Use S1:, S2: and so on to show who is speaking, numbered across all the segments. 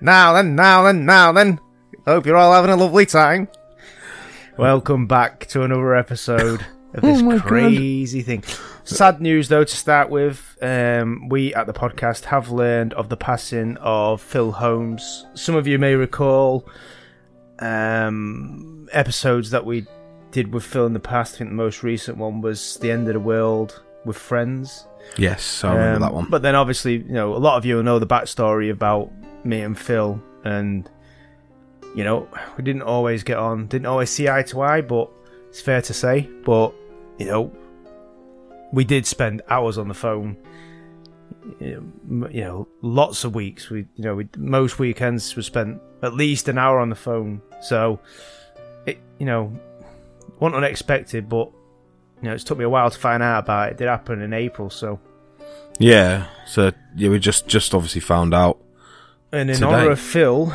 S1: Now then, now then, now then. Hope you're all having a lovely time. Welcome back to another episode of this crazy thing. Sad news though to start with. Um, we at the podcast have learned of the passing of Phil Holmes. Some of you may recall um, episodes that we did with Phil in the past. I think the most recent one was The End of the World with Friends.
S2: Yes, I remember
S1: Um,
S2: that one.
S1: But then obviously, you know, a lot of you will know the backstory about me and Phil, and you know, we didn't always get on, didn't always see eye to eye, but it's fair to say. But you know, we did spend hours on the phone. You know, m- you know, lots of weeks. We, you know, we, most weekends we spent at least an hour on the phone. So, it, you know, wasn't unexpected, but you know, it's took me a while to find out about it. It did happen in April, so
S2: yeah, so yeah, we just just obviously found out.
S1: And in
S2: today.
S1: honour of Phil,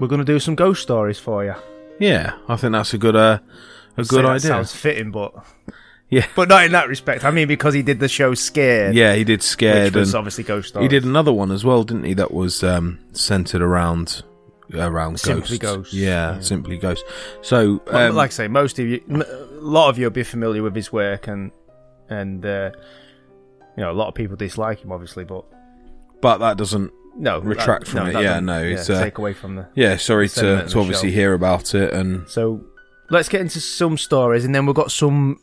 S1: we're going to do some ghost stories for you.
S2: Yeah, I think that's a good uh, a
S1: Say
S2: good
S1: that
S2: idea.
S1: Sounds fitting, but
S2: Yeah.
S1: but not in that respect. I mean, because he did the show scared.
S2: Yeah, he did
S1: which
S2: scared
S1: was
S2: and
S1: obviously ghost stories.
S2: he did another one as well, didn't he? That was um, centered around around
S1: Simply
S2: ghosts.
S1: Ghosts,
S2: Yeah,
S1: yeah.
S2: simply ghosts. So
S1: But
S2: um,
S1: like I say, most of you, m- a lot of you, will be familiar with his work, and and uh, you know, a lot of people dislike him, obviously, but
S2: but that doesn't.
S1: no, that-
S2: Retract from
S1: no,
S2: it,
S1: that
S2: yeah,
S1: doesn't-
S2: no, it's, uh,
S1: take away from the.
S2: Yeah, sorry
S1: Sentiment
S2: to,
S1: of
S2: to
S1: the
S2: obviously
S1: show.
S2: hear about it and
S1: So let's get into some stories, and then we've got some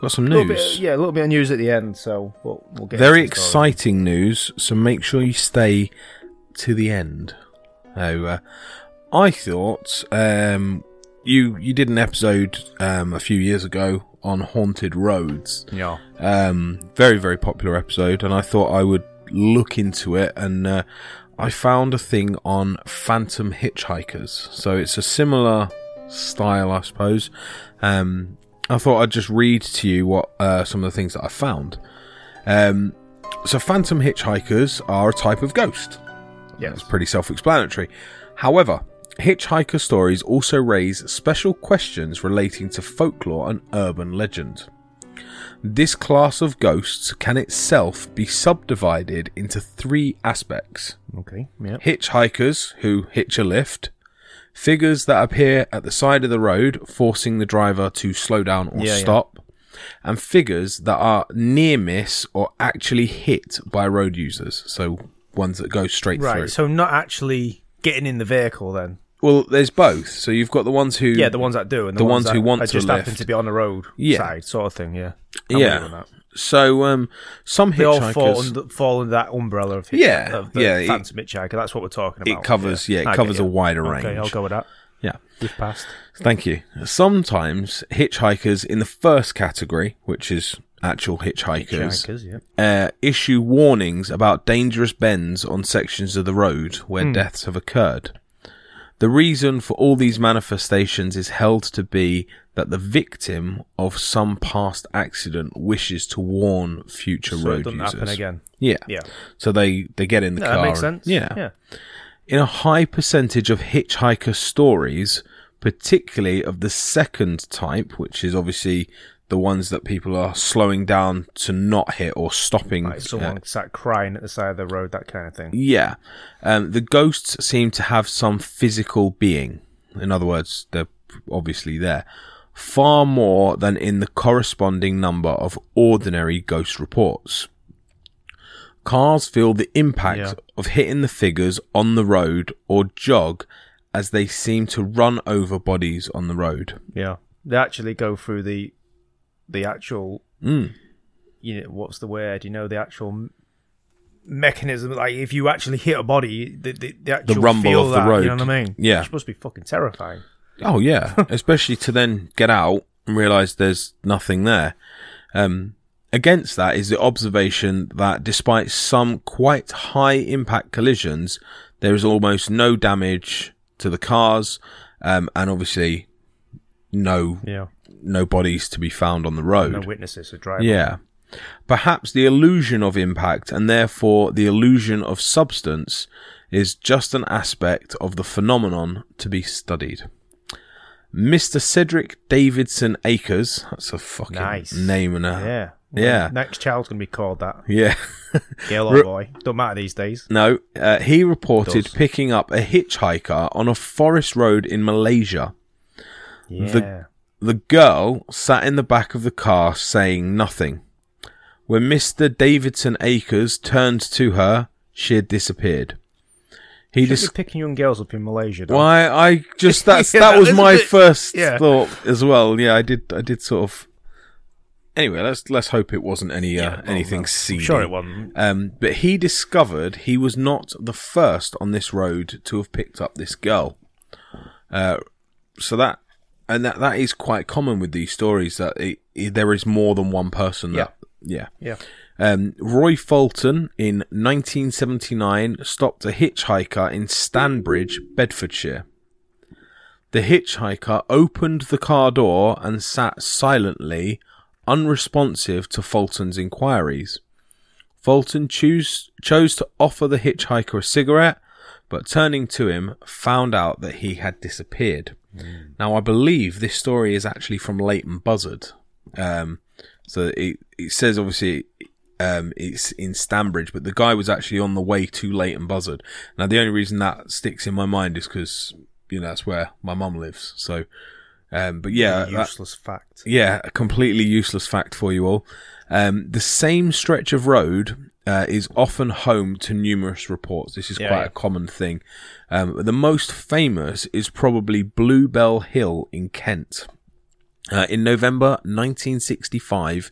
S2: got some
S1: little bit-
S2: news.
S1: yeah, a little bit of news at the end. So we'll, we'll get
S2: Very
S1: into some stories.
S2: exciting news, so make sure you stay to the end. So, uh, I thought um, you you did an episode um, a few years ago on haunted roads.
S1: Yeah.
S2: Um, very very popular episode, and I thought I would look into it, and uh, I found a thing on phantom hitchhikers. So it's a similar style, I suppose. Um, I thought I'd just read to you what uh, some of the things that I found. Um, so phantom hitchhikers are a type of ghost.
S1: Yes.
S2: It's pretty self explanatory. However, hitchhiker stories also raise special questions relating to folklore and urban legend. This class of ghosts can itself be subdivided into three aspects
S1: Okay. Yeah.
S2: hitchhikers who hitch a lift, figures that appear at the side of the road, forcing the driver to slow down or
S1: Yeah, yeah.
S2: stop, and figures that are near miss or actually hit by road users. So ones that go straight
S1: Right.
S2: through.
S1: So not actually getting in the vehicle then.
S2: Well, there's both. So you've got the ones who,
S1: Yeah, the ones that do and the,
S2: The
S1: ones,
S2: ones who
S1: that
S2: want
S1: are
S2: to
S1: just happen
S2: lift.
S1: to be on the road
S2: Yeah.
S1: side sort of thing. Yeah. I'm
S2: yeah.
S1: with you on that.
S2: So um, some
S1: They all
S2: hitchhikers
S1: fall under, fall under that umbrella of hitch,
S2: Yeah,
S1: of the
S2: yeah, it-
S1: phantom hitchhiker. That's what we're talking
S2: It
S1: about.
S2: covers- yeah, it
S1: I
S2: covers
S1: get
S2: a
S1: you.
S2: wider
S1: Okay, I'll
S2: range.
S1: go with that.
S2: yeah.
S1: You've passed.
S2: Thank you. Sometimes hitchhikers in the first category, which is actual hitchhikers,
S1: Hitchhikers, yeah.
S2: uh, issue warnings about dangerous bends on sections of the road
S1: Hmm.
S2: where deaths have occurred. The reason for all these manifestations is held to be that the victim of some past accident wishes to warn future
S1: So
S2: road
S1: it doesn't
S2: users.
S1: happen again.
S2: Yeah.
S1: Yeah.
S2: So they they get in the
S1: No,
S2: car.
S1: that makes
S2: and-
S1: sense. Yeah.
S2: in a high percentage of hitchhiker stories, particularly of the second type, which is obviously the ones that people are slowing down to not hit or stopping.
S1: Like someone
S2: uh,
S1: sat crying at the side of the road, that kind of thing.
S2: yeah. Um, the ghosts seem to have some physical being. In other words, they're obviously there. Far more than in the corresponding number of ordinary ghost reports. Cars feel the impact
S1: Yeah.
S2: of hitting the figures on the road or jog as they seem to run over bodies on the road.
S1: Yeah. They actually go through the the actual
S2: Mm.
S1: you know, what's the word? You know, the actual m- mechanism. Like if you actually hit a body, the the, the actual
S2: rumble
S1: feel
S2: of the
S1: that, You know
S2: road.
S1: what I mean?
S2: Yeah.
S1: it's supposed to be fucking terrifying.
S2: Oh yeah, especially to then get out and realize there's nothing there. Um, Against that is the observation that despite some quite high impact collisions, there is almost no damage to the cars, um, and obviously no
S1: Yeah.
S2: no bodies to be found on the road.
S1: No witnesses for driving.
S2: Yeah. Perhaps the illusion of impact and therefore the illusion of substance is just an aspect of the phenomenon to be studied. Mr. Cedric Davidson Akers, that's a fucking
S1: Nice.
S2: name and a
S1: Yeah.
S2: Yeah.
S1: Next child's going to be called that.
S2: yeah.
S1: Girl or boy. Don't matter these days.
S2: No, uh, he reported
S1: Does.
S2: picking up a hitchhiker on a forest road in Malaysia.
S1: Yeah.
S2: The girl sat in the back of the car saying nothing. When Mr. Davidson Akers turned to her, she had disappeared. He
S1: Should
S2: dis-
S1: be picking young girls up in Malaysia. though.
S2: why I just that's
S1: Yeah,
S2: that
S1: that
S2: was
S1: is a
S2: my
S1: bit-
S2: first
S1: yeah.
S2: thought as well. Yeah, I did I did sort of Anyway, let's let's hope it wasn't any uh, anything seedy.
S1: Sure, it wasn't.
S2: Um, but he discovered he was not the first on this road to have picked up this girl. Uh, so that and that that is quite common with these stories that it, it- there is more than one person. That, yeah.
S1: Yeah.
S2: Um, Roy Fulton in 1979 stopped a hitchhiker in Stanbridge, Bedfordshire. The hitchhiker opened the car door and sat silently, unresponsive to Fulton's inquiries. Fulton choose, chose to offer the hitchhiker a cigarette, but turning to him, found out that he had disappeared. Now, I believe this story is actually from Leighton Buzzard. Um, so it, it says obviously um, it's in Stanbridge, but the guy was actually on the way to Leighton Buzzard. Now, the only reason that sticks in my mind is because, you know, that's where my mum lives. So, um, but yeah, that-
S1: Useless fact.
S2: yeah, a completely useless fact for you all. Um, the same stretch of road uh, is often home to numerous reports. This is
S1: Yeah,
S2: quite
S1: yeah.
S2: a common thing. Um, the most famous is probably Bluebell Hill in Kent. Uh, in November 1965,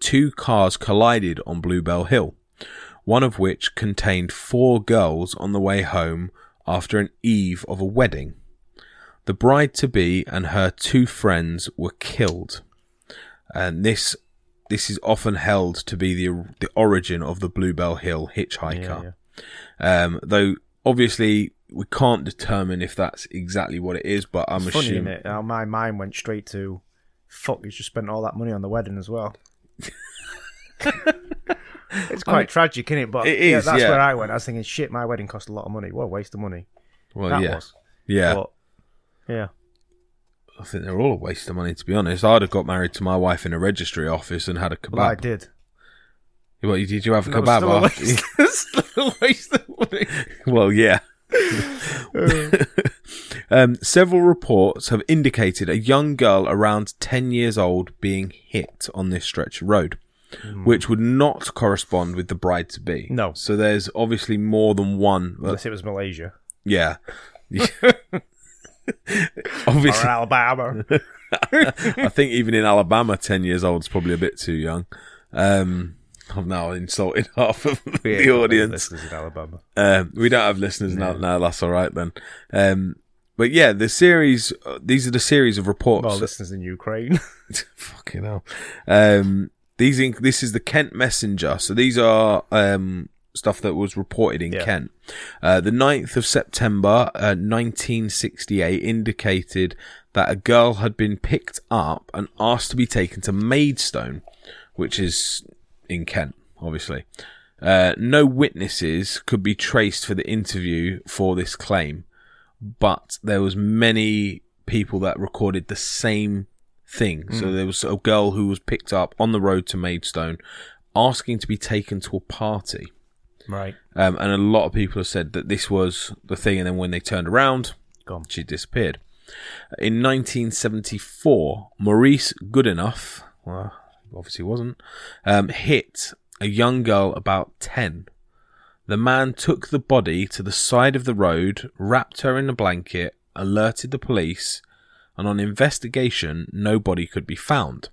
S2: two cars collided on Bluebell Hill, one of which contained four girls on the way home after an eve of a wedding. The bride to be and her two friends were killed, and this this is often held to be the the origin of the Bluebell Hill hitchhiker. Um, though obviously we can't determine if that's exactly what it is, but I'm
S1: It's funny,
S2: assuming
S1: innit? How my mind went straight to, fuck, you just spent all that money on the wedding as well. it's quite tragic, isn't it? But
S2: It
S1: yeah,
S2: is,
S1: that's
S2: yeah.
S1: where I went. I was thinking, shit, my wedding cost a lot of money. What a waste of money
S2: well,
S1: that
S2: yeah,
S1: was.
S2: yeah.
S1: But, yeah.
S2: I think they're all a waste of money, to be honest. I'd have got married to my wife in a registry office and had a
S1: Well, I
S2: kebab.
S1: did.
S2: What, did you have a
S1: That was
S2: kebab?
S1: still a
S2: after-
S1: waste- still a waste of money.
S2: well, yeah. um, several reports have indicated a young girl around 10 years old being hit on this stretch of road, which would not correspond with the bride to be.
S1: Hmm. No.
S2: So there's obviously more than one. uh,
S1: Unless it was Malaysia
S2: yeah. obviously,
S1: or Alabama.
S2: I think even in Alabama, ten years old is probably a bit too young. Um, I've now insulted half of the audience.
S1: Listeners in Alabama.
S2: Um, we don't have listeners now. No, that's all right then. Um, but yeah, the series. uh, These are the series of reports.
S1: Well, listeners in Ukraine.
S2: Fucking hell. Um, these. In, this is the Kent Messenger. So these are um, stuff that was reported in
S1: Yeah.
S2: Kent. Uh, the 9th of September, uh, 1968, indicated that a girl had been picked up and asked to be taken to Maidstone, which is in Kent, obviously. Uh, no witnesses could be traced for the interview for this claim, but there was many people that recorded the same thing. So there was a girl who was picked up on the road to Maidstone, asking to be taken to a party.
S1: right.
S2: Um, and a lot of people have said that this was the thing, and then when they turned around,
S1: Gone.
S2: she disappeared. In 1974, Maurice Goodenough, well, obviously wasn't, um, hit a young girl about 10. The man took the body to the side of the road, wrapped her in a blanket, alerted the police, and on investigation, no body could be found.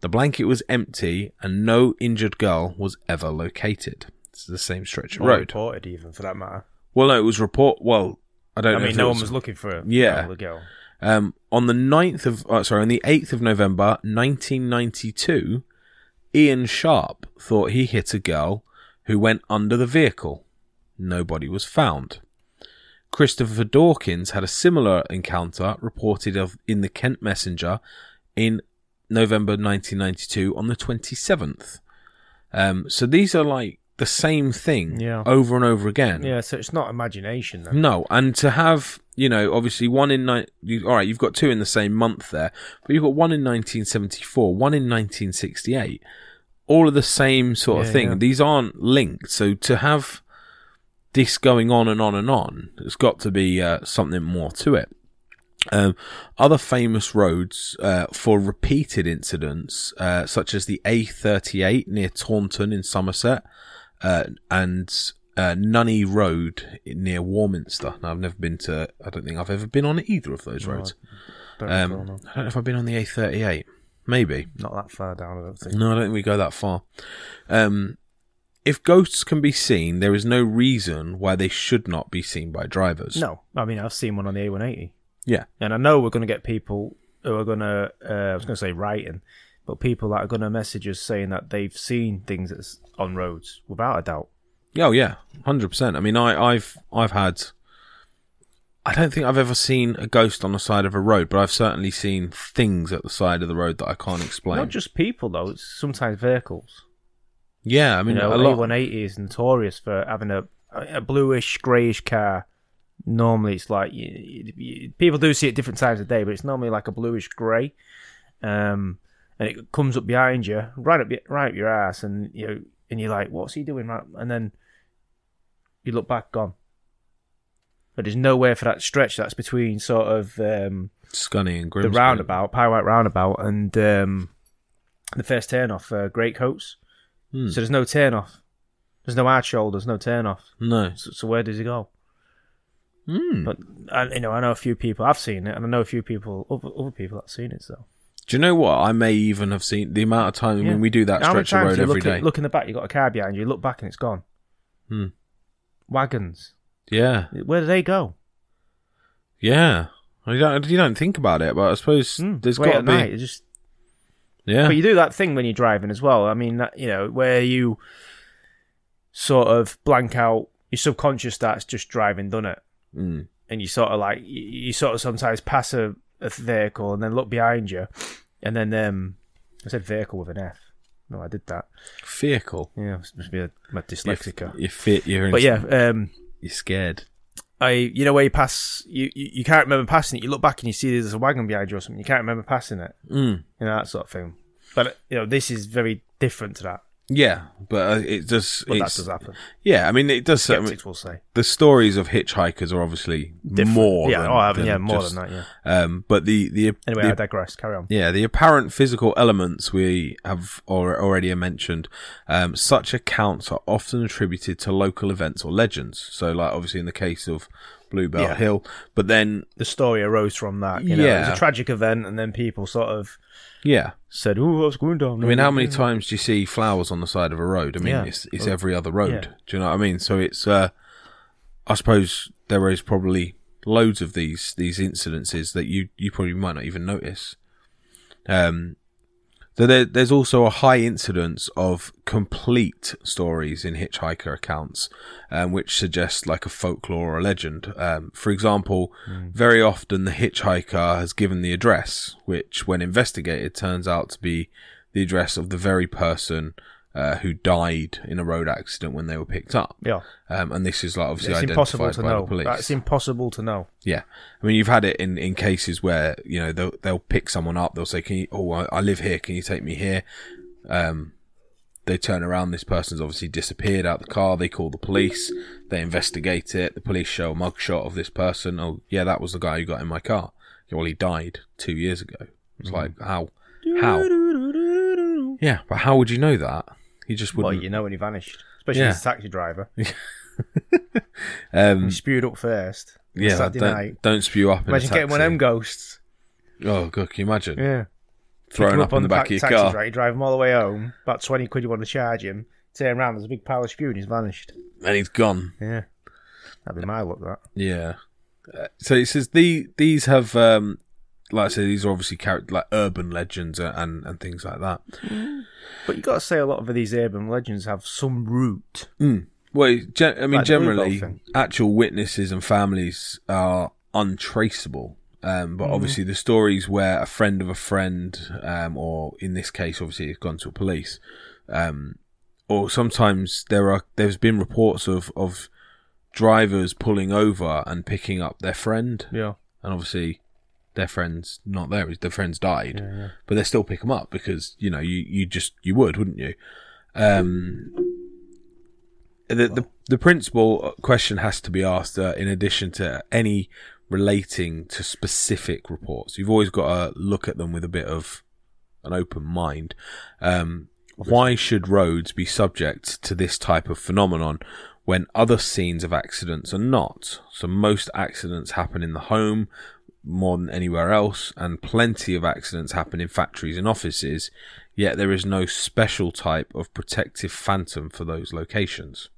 S2: The blanket was empty, and no injured girl was ever located. It's the same stretch of
S1: Or
S2: road.
S1: reported even, for that matter.
S2: Well, no, it was report. Well, I don't
S1: I
S2: know.
S1: mean,
S2: if
S1: no
S2: it
S1: one was looking for a
S2: Yeah.
S1: a girl.
S2: uh, um, on the 9th of, oh, sorry, on the 8th of November 1992, Ian Sharp thought he hit a girl who went under the vehicle. Nobody was found. Christopher Dawkins had a similar encounter reported of in the Kent Messenger in November 1992 on the 27th. Um, so these are like the same thing
S1: Yeah.
S2: over and over again.
S1: Yeah, so it's not imagination then.
S2: No, and to have you know, obviously one in nine. You, all right, you've got two in the same month there, but you've got one in 1974, one in 1968. All of the same sort of
S1: Yeah,
S2: thing.
S1: yeah.
S2: These aren't linked. So to have this going on and on and on, there's got to be uh, something more to it. Um, other famous roads uh, for repeated incidents, uh, such as the A38 near Taunton in Somerset, uh, and uh, Nunny Road near Warminster. Now, I've never been to. I don't think I've ever been on either of those roads.
S1: Don't
S2: um,
S1: recall, no.
S2: I don't know if I've been on the A38. Maybe.
S1: Not that far down, I don't think.
S2: No, I don't think we go that far. Um, if ghosts can be seen, there is no reason why they should not be seen by drivers.
S1: No, I mean I've seen one on the A180,
S2: Yeah.
S1: and I know we're going to get people who are going to. Uh, I was going to say writing, but people that are going to message us saying that they've seen things that's on roads without a doubt.
S2: Oh yeah, hundred percent. I mean, I, I've I've had. I don't think I've ever seen a ghost on the side of a road, but I've certainly seen things at the side of the road that I can't explain.
S1: Not just people though; it's sometimes vehicles.
S2: yeah, I mean,
S1: you know,
S2: a lot.
S1: A180 is notorious for having a a bluish, greyish car. Normally, it's like you, you- you- people do see it different times of day, but it's normally like a bluish grey, um, and it comes up behind you, right up, your- right up your ass, and you know, and you're like, "What's he doing?" Right, and then you look back, gone. But there's nowhere for that stretch that's between sort of um,
S2: Scunny and
S1: the
S2: Grimsby.
S1: roundabout, Pie White Roundabout, and um, the first turn off, uh, Great Coats.
S2: Hmm.
S1: So there's no turn off. There's no hard shoulders, no turn off.
S2: No.
S1: So, so where does he go?
S2: Hmm.
S1: But I, you know, I know a few people. I've seen it, and I know a few people, other, other people that've seen it. So
S2: Do you know what? I may even have seen the amount of time. I
S1: Yeah.
S2: mean, we do that
S1: How many
S2: stretch
S1: times
S2: of
S1: do
S2: road
S1: you
S2: every
S1: look,
S2: day.
S1: at- look in the back, you got a car behind you. you Look back, and it's gone.
S2: Hmm.
S1: Wagons.
S2: Yeah,
S1: Where do they go?
S2: yeah. I don't. You don't think about it, but I suppose
S1: Hmm.
S2: there's
S1: Wait
S2: got to
S1: at
S2: be.
S1: night, it's just
S2: Yeah.
S1: But you do that thing when you're driving as well. I mean, that, you know, where you sort of blank out, your subconscious starts just driving, doesn't it?
S2: Hmm.
S1: And you sort of like, you, you sort of sometimes pass a, a vehicle and then look behind you. And then, um, I said vehicle with an F. No, I did that.
S2: Vehicle.
S1: Yeah, it must be a, my
S2: You're-
S1: dyslexica.
S2: You're fit. You're.
S1: But yeah, um,
S2: You're scared.
S1: I, you know, where you pass, you, you, you can't remember passing it. You look back and you see there's a wagon behind you or something. You can't remember passing it.
S2: Mm.
S1: You know, that sort of thing. But, you know, this is very different to that.
S2: Yeah, but uh, it does.
S1: But that
S2: it's-
S1: does happen.
S2: Yeah, I mean, it does. I mean,
S1: skeptics will say
S2: the stories of hitchhikers are obviously more.
S1: Yeah,
S2: than,
S1: oh, I mean, yeah,
S2: than
S1: more
S2: just-
S1: than that. Yeah.
S2: Um, but the the
S1: Anyway,
S2: the-
S1: I digress. Carry on.
S2: yeah, the apparent physical elements we have or, already mentioned, um, such accounts are often attributed to local events or legends. So, like obviously in the case of Bluebell
S1: Yeah.
S2: Hill, but then
S1: The story arose from that. You know, it
S2: Yeah.
S1: was a tragic event, and then people sort of
S2: yeah,
S1: said, "Oh, what's going down?"
S2: I mean, how many times do you see flowers on the side of a road? I mean,
S1: Yeah.
S2: it's, it's every other road.
S1: Yeah.
S2: Do you know what I mean? So it's, uh, I suppose there is probably loads of these these incidences that you you probably might not even notice. Um, so there, there's also a high incidence of complete stories in hitchhiker accounts, um, which suggests like a folklore or a legend. Um, for example,
S1: Hmm.
S2: very often the hitchhiker has given the address, which, when investigated, turns out to be the address of the very person uh, who died in a road accident when they were picked up.
S1: Yeah,
S2: Um, and this is like obviously
S1: it's
S2: identified
S1: impossible to
S2: by
S1: know.
S2: the police.
S1: That's impossible to know.
S2: Yeah, I mean, you've had it in, in cases where you know they'll they'll pick someone up. They'll say, "Can you? Oh, I, I live here. Can you take me here?" Um, they turn around. This person's obviously disappeared out the car. They call the police. They investigate it. The police show a mugshot of this person. Oh, yeah, that was the guy who got in my car. Yeah, well, he died two years ago. It's
S1: Mm-hmm.
S2: like how how yeah, but how would you know that? He just
S1: Well,
S2: wouldn't.
S1: you know when he vanished, especially
S2: Yeah.
S1: as a taxi driver.
S2: um,
S1: He spewed up first. on
S2: yeah,
S1: Saturday night.
S2: don't, don't spew up. In
S1: Imagine
S2: a taxi.
S1: getting one of them ghosts.
S2: Oh, God, can you imagine
S1: Yeah,
S2: throwing up, in the back of your
S1: taxi
S2: car?
S1: Right, you drive him all the way home. About twenty quid you want to charge him. Turn around, there's a big pile of spew, and he's vanished.
S2: and he's gone.
S1: Yeah, that'd be my luck. That.
S2: Yeah. Uh, So it says the these have um, like I said, these are obviously charac- like urban legends a- and and things like that.
S1: But you got to say a lot of these urban legends have some root.
S2: Mm. Well, gen- I mean,
S1: Like the Bluebell
S2: generally,
S1: thing.
S2: actual witnesses and families are untraceable. Um,
S1: Mm-hmm.
S2: but obviously, the stories where a friend of a friend, um, or in this case, obviously, has gone to police, um, or sometimes there are there's been reports of of drivers pulling over and picking up their friend,
S1: Yeah.
S2: and obviously, their friend's not there. Their friend's died, but they still pick them up because you know you you just you would, wouldn't you? Um, the, the the principal question has to be asked uh, in addition to any relating to specific reports. You've always got to look at them with a bit of an open mind. Um, why should roads be subject to this type of phenomenon when other scenes of accidents are not? So most accidents happen in the home more than anywhere else, and plenty of accidents happen in factories and offices. Yet there is no special type of protective phantom for those locations.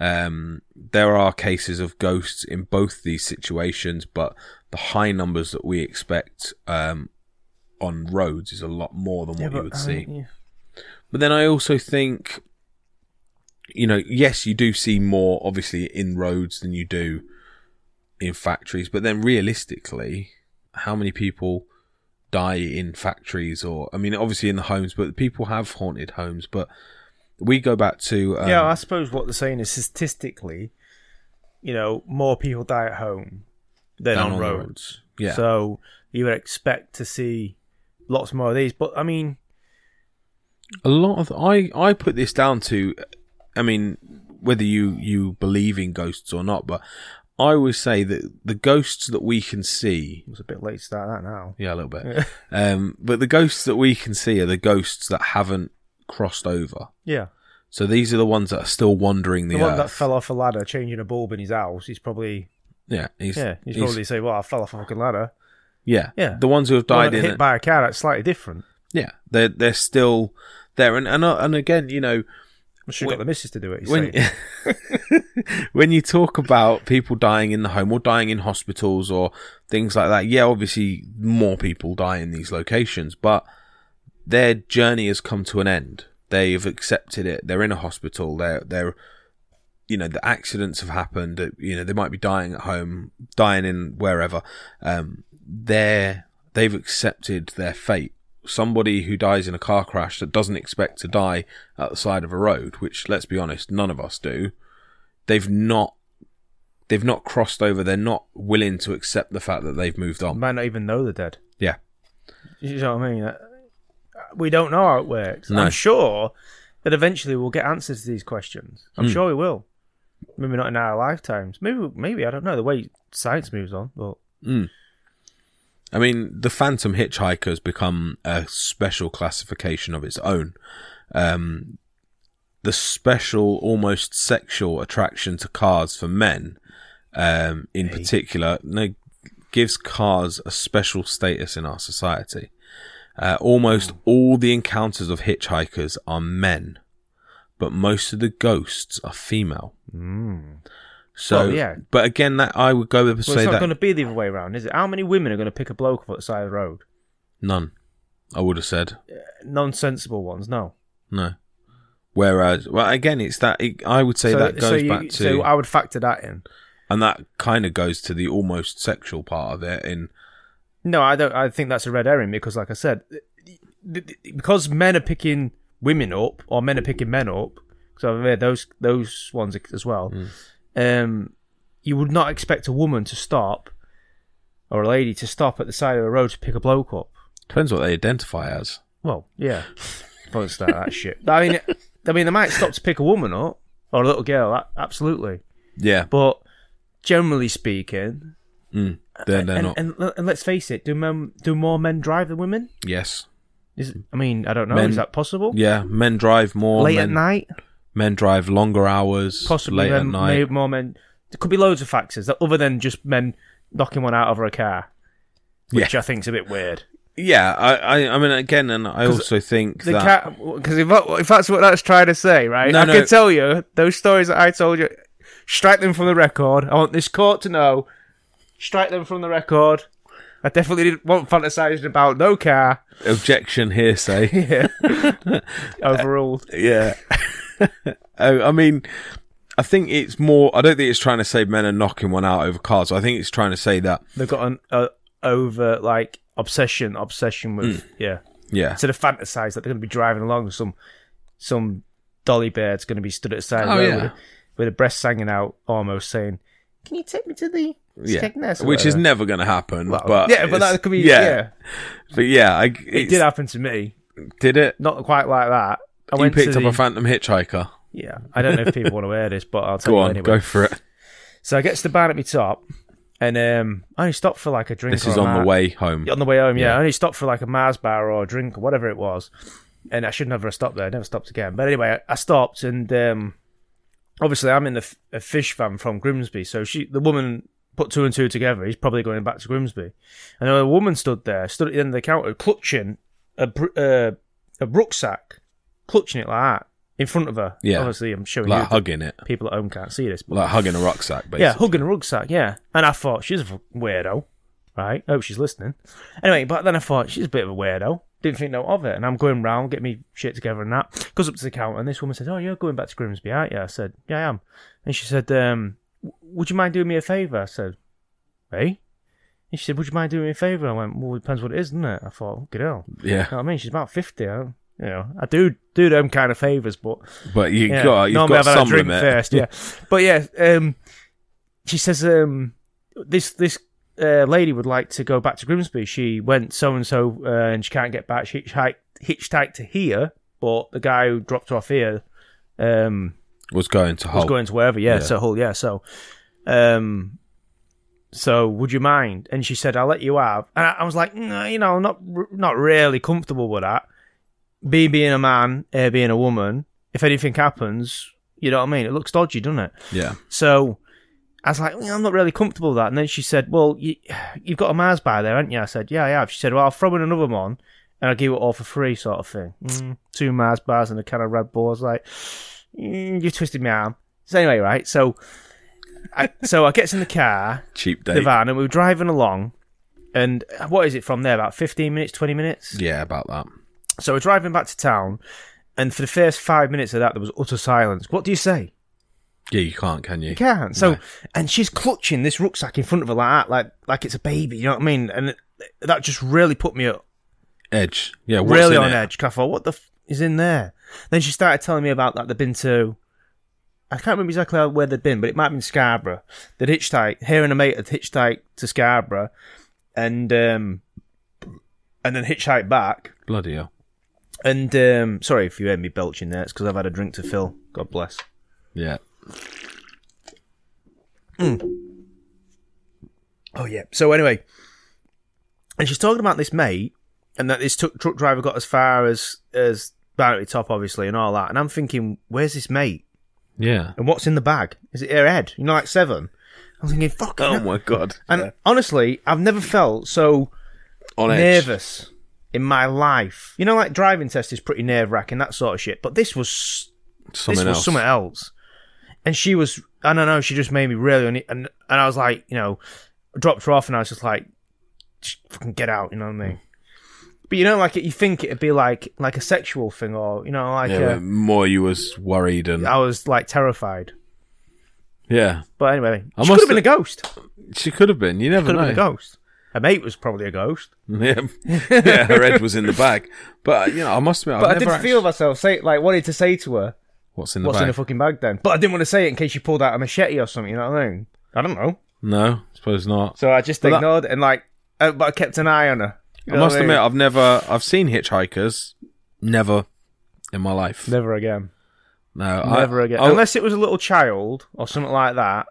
S2: Um, there are cases of ghosts in both these situations, but the high numbers that we expect um, on roads is a lot more than what you would see. But then I also think, you know, yes, you do see more obviously in roads than you do in factories. But then realistically, how many people die in factories or, I mean, obviously in the homes, but people have haunted homes. But we go back to, um,
S1: yeah, I suppose what they're saying is statistically, you know, more people die at home than
S2: down
S1: on,
S2: on the
S1: roads.
S2: roads. Yeah.
S1: So you would expect to see lots more of these. But I mean,
S2: a lot of I I put this down to, I mean, whether you you believe in ghosts or not, but I always say that the ghosts that we can see,
S1: it was a bit late to start that now.
S2: yeah, a little bit, um, but the ghosts that we can see are the ghosts that haven't crossed over.
S1: Yeah.
S2: So these are the ones that are still wandering the,
S1: The one
S2: earth.
S1: that fell off a ladder changing a bulb in his house, he's probably
S2: yeah, he's,
S1: yeah, he's,
S2: he's-
S1: probably say, Well, I fell off a fucking ladder.
S2: yeah,
S1: Yeah.
S2: The ones who have
S1: The one
S2: died
S1: that
S2: in
S1: hit
S2: it-
S1: by a car, that's slightly different.
S2: yeah, they're they're still there, and and and again, you know,
S1: I should have got the missus to do it, he's
S2: when
S1: saying.
S2: when you talk about people dying in the home or dying in hospitals or things like that, yeah, obviously more people die in these locations, but their journey has come to an end. They've accepted it. They're in a hospital. They're they're you know the accidents have happened. uh, You know they might be dying at home, dying in wherever. Um, they're they've accepted their fate. Somebody who dies in a car crash that doesn't expect to die at the side of a road, which let's be honest, none of us do. They've not they've not crossed over. They're not willing to accept the fact that they've moved on.
S1: Might not even know they're dead.
S2: Yeah,
S1: You know what I mean? Uh, We don't know how it works.
S2: No.
S1: I'm sure that eventually we'll get answers to these questions. I'm
S2: Hmm.
S1: sure we will. Maybe not in our lifetimes. Maybe, maybe I don't know the way science moves on. But
S2: I mean, the Phantom Hitchhiker has become a special classification of its own. Um, the special, almost sexual attraction to cars for men, um, in particular, no, gives cars a special status in our society. Uh, almost
S1: Hmm.
S2: all the encounters of hitchhikers are men, but most of the ghosts are female. So,
S1: Well, yeah.
S2: but again, that I would go with
S1: hmm. well,
S2: say
S1: it's not
S2: that
S1: going to be the other way around, is it? How many women are going to pick a bloke up at the side of the road?
S2: none. I would have said
S1: Non-sensible ones, no.
S2: No. Whereas, well, again, it's that it, I would say that goes
S1: so you-
S2: back to,
S1: So I would factor that in.
S2: and that kind of goes to the almost sexual part of it. In
S1: No, I don't. I think that's a red herring because, like I said, th- th- th- because men are picking women up or men are picking men up. So I've heard those those ones as well.
S2: Mm.
S1: Um, you would not expect a woman to stop or a lady to stop at the side of the road to pick a bloke up.
S2: depends what they identify as.
S1: Well, yeah, don't start that shit. I mean, I mean, they might stop to pick a woman up or a little girl. a- Absolutely,
S2: Yeah,
S1: but generally speaking,
S2: mm, they're, they're
S1: and,
S2: not.
S1: and and let's face it, do men do more men drive than women?
S2: yes,
S1: Is I mean, I don't know.
S2: Men-
S1: is that possible?
S2: yeah, men drive more.
S1: Late at
S2: men,
S1: night,
S2: men drive longer hours.
S1: possibly.
S2: late
S1: men,
S2: at night.
S1: maybe more men. There could be loads of factors that other than just men knocking one out over a car, which I think's a bit weird.
S2: Yeah, I, I, I mean, again, and I also think
S1: The
S2: that
S1: car, because if, that- if that's what that's trying to say, right?
S2: No,
S1: I
S2: no.
S1: can tell you those stories that I told you. Strike them from the record. I want this court to know. Strike them from the record. I definitely didn't want fantasizing about no car.
S2: Objection, hearsay.
S1: Yeah.
S2: Uh,
S1: Overruled.
S2: Yeah. oh, I mean, I think it's more. I don't think it's trying to say men are knocking one out over cars. I think it's trying to say that.
S1: They've got an uh, over like obsession, obsession with
S2: Hmm.
S1: yeah.
S2: Yeah.
S1: Instead of fantasize that they're going to be driving along, and some some dolly bird's going to be stood at the side of
S2: Oh,
S1: the road
S2: yeah.
S1: with, a, with a breast hanging out, almost saying, "Can you take me to the
S2: Yeah.
S1: Skegness?" or
S2: Which is
S1: whatever?"
S2: never going to happen. but
S1: yeah, but
S2: it's-
S1: that could be yeah.
S2: But yeah, I,
S1: It did happen to me,
S2: Did it?
S1: not quite like that. I
S2: you
S1: went
S2: picked
S1: to
S2: up
S1: the,
S2: a phantom hitchhiker.
S1: Yeah, I don't know if people want to wear this, but I'll tell
S2: Go
S1: you
S2: on,
S1: anyway.
S2: go for it.
S1: So I gets to Barn at my top, and um, I only stopped for like a drink.
S2: This
S1: or
S2: is
S1: a
S2: on the
S1: mar-
S2: way home.
S1: On the way home, yeah. I only stopped for like a Mars bar or a drink or whatever it was, and I should never have stopped there. I never stopped again. But anyway, I, I stopped, and um, obviously I'm in the f- a fish van from Grimsby, so she, the woman, put two and two together. He's probably going back to Grimsby, and a woman stood there, stood at the end of the counter, clutching a br- uh, a rucksack, clutching it like that in front of her.
S2: Yeah.
S1: obviously I'm showing
S2: Like
S1: you.
S2: hugging it.
S1: People at home can't see this, but
S2: Like hugging a rucksack, basically.
S1: yeah, hugging a rucksack, yeah. And I thought, she's a f- weirdo, right? hope she's listening. Anyway, but then I thought, she's a bit of a weirdo. Didn't think no of it. And I'm going round, getting me shit together and that. Goes up to the counter, and this woman says, Oh, you're going back to Grimsby, aren't you? I said, Yeah, I am. And she said, um, w- Would you mind doing me a favour? I said, Hey? And she said, Would you mind doing me a favour? I went, Well, it depends what it is, doesn't it? I thought, Good hell. You
S2: Yeah.
S1: know what I mean? She's about 50. I don't- you know, I do do them kind of favours, but
S2: But you
S1: yeah.
S2: got, you've
S1: Normally
S2: got
S1: I've had a
S2: some
S1: drink
S2: limit.
S1: first, yeah. but yeah, um, she says um, this this uh, lady would like to go back to Grimsby. She went so and so, and she can't get back. She hitchhiked, hitchhiked to here, but the guy who dropped her off here um,
S2: Was going to
S1: was
S2: Hull.
S1: going to wherever. Yeah,
S2: Yeah.
S1: so Hull. Yeah, so. Um, so would you mind? And she said, "I'll let you have." And I, I was like, no, you know, I'm not r- not really comfortable with that. Me being a man, her being a woman. If anything happens, you know what I mean. It looks dodgy, doesn't it?
S2: Yeah.
S1: So I was like, "Well, I'm not really comfortable with that. And then she said, Well, you, you've got a Mars bar there, haven't you? I said, Yeah, I have. She said, Well, I'll throw in another one and I'll give it all for free, sort of thing. Mm, two Mars bars and a can of Red Bull. I was like, mm, You twisted my arm. So, anyway, right. So I, so I gets in the car,
S2: Cheap
S1: the
S2: date.
S1: van, and we were driving along. And what is it from there? About 15 minutes, 20 minutes?
S2: Yeah, about that.
S1: So we're driving back to town. And for the first five minutes of that, there was utter silence. What do you say?
S2: Yeah, you can't, can you?
S1: You can't. So, and she's clutching this rucksack in front of her like that, like like it's a baby. You know what I mean? And that just really put me up,
S2: Edge. Yeah, what's
S1: really
S2: in
S1: on
S2: it?
S1: edge. 'cause I thought, what the f- is in there? Then she started telling me about that they've been to. I can't remember exactly how- where they'd been, but it might have been Scarborough. They'd hitchhiked. Her and a mate had hitchhiked to Scarborough, and um, and then hitchhiked back.
S2: Bloody hell.
S1: And um, sorry if you heard me belching there, it's because I've had a drink to fill. God bless.
S2: Yeah.
S1: Oh yeah. So anyway, and she's talking about this mate, and that this truck truck driver got as far as as Barry Top, obviously, and all that. And I'm thinking, where's this mate?
S2: Yeah.
S1: And what's in the bag? Is it her head? You know, like seven. I'm thinking, fuck.
S2: Oh
S1: hell.
S2: my god.
S1: And honestly, I've never felt so
S2: on edge.
S1: nervous in my life. You know, like driving test is pretty nerve wracking, that sort of shit. But this was
S2: Something
S1: this was
S2: else.
S1: something else. And she was, I don't know, she just made me really, une- and and I was like, you know, I dropped her off, and I was just like, just fucking get out, you know what I mean? But you know, like you think it'd be like like a sexual thing, or you know, like
S2: yeah,
S1: uh,
S2: but more you was worried and
S1: I was like terrified.
S2: yeah,
S1: But anyway,
S2: I
S1: she
S2: must
S1: could have been a ghost.
S2: she could have been. You never
S1: Could have been a
S2: know.
S1: ghost. Her mate was probably a ghost.
S2: Yeah, yeah, her head was in the bag. But you know, I must admit,
S1: But
S2: I've
S1: I did
S2: never
S1: feel
S2: actually-
S1: myself say like wanted to say to her,
S2: what's in the
S1: "What's
S2: bag.
S1: in the fucking bag?" Then, but I didn't want to say it in case she pulled out a machete or something. You know what I mean? I don't know.
S2: no, suppose not.
S1: So I just
S2: that-
S1: ignored it and like, uh, but I kept an eye on her. You
S2: I
S1: know
S2: must
S1: what mean?
S2: admit, I've never, I've seen hitchhikers, never in my life.
S1: never again,
S2: No,
S1: never
S2: I,
S1: again.
S2: I,
S1: Unless it was a little child or something like that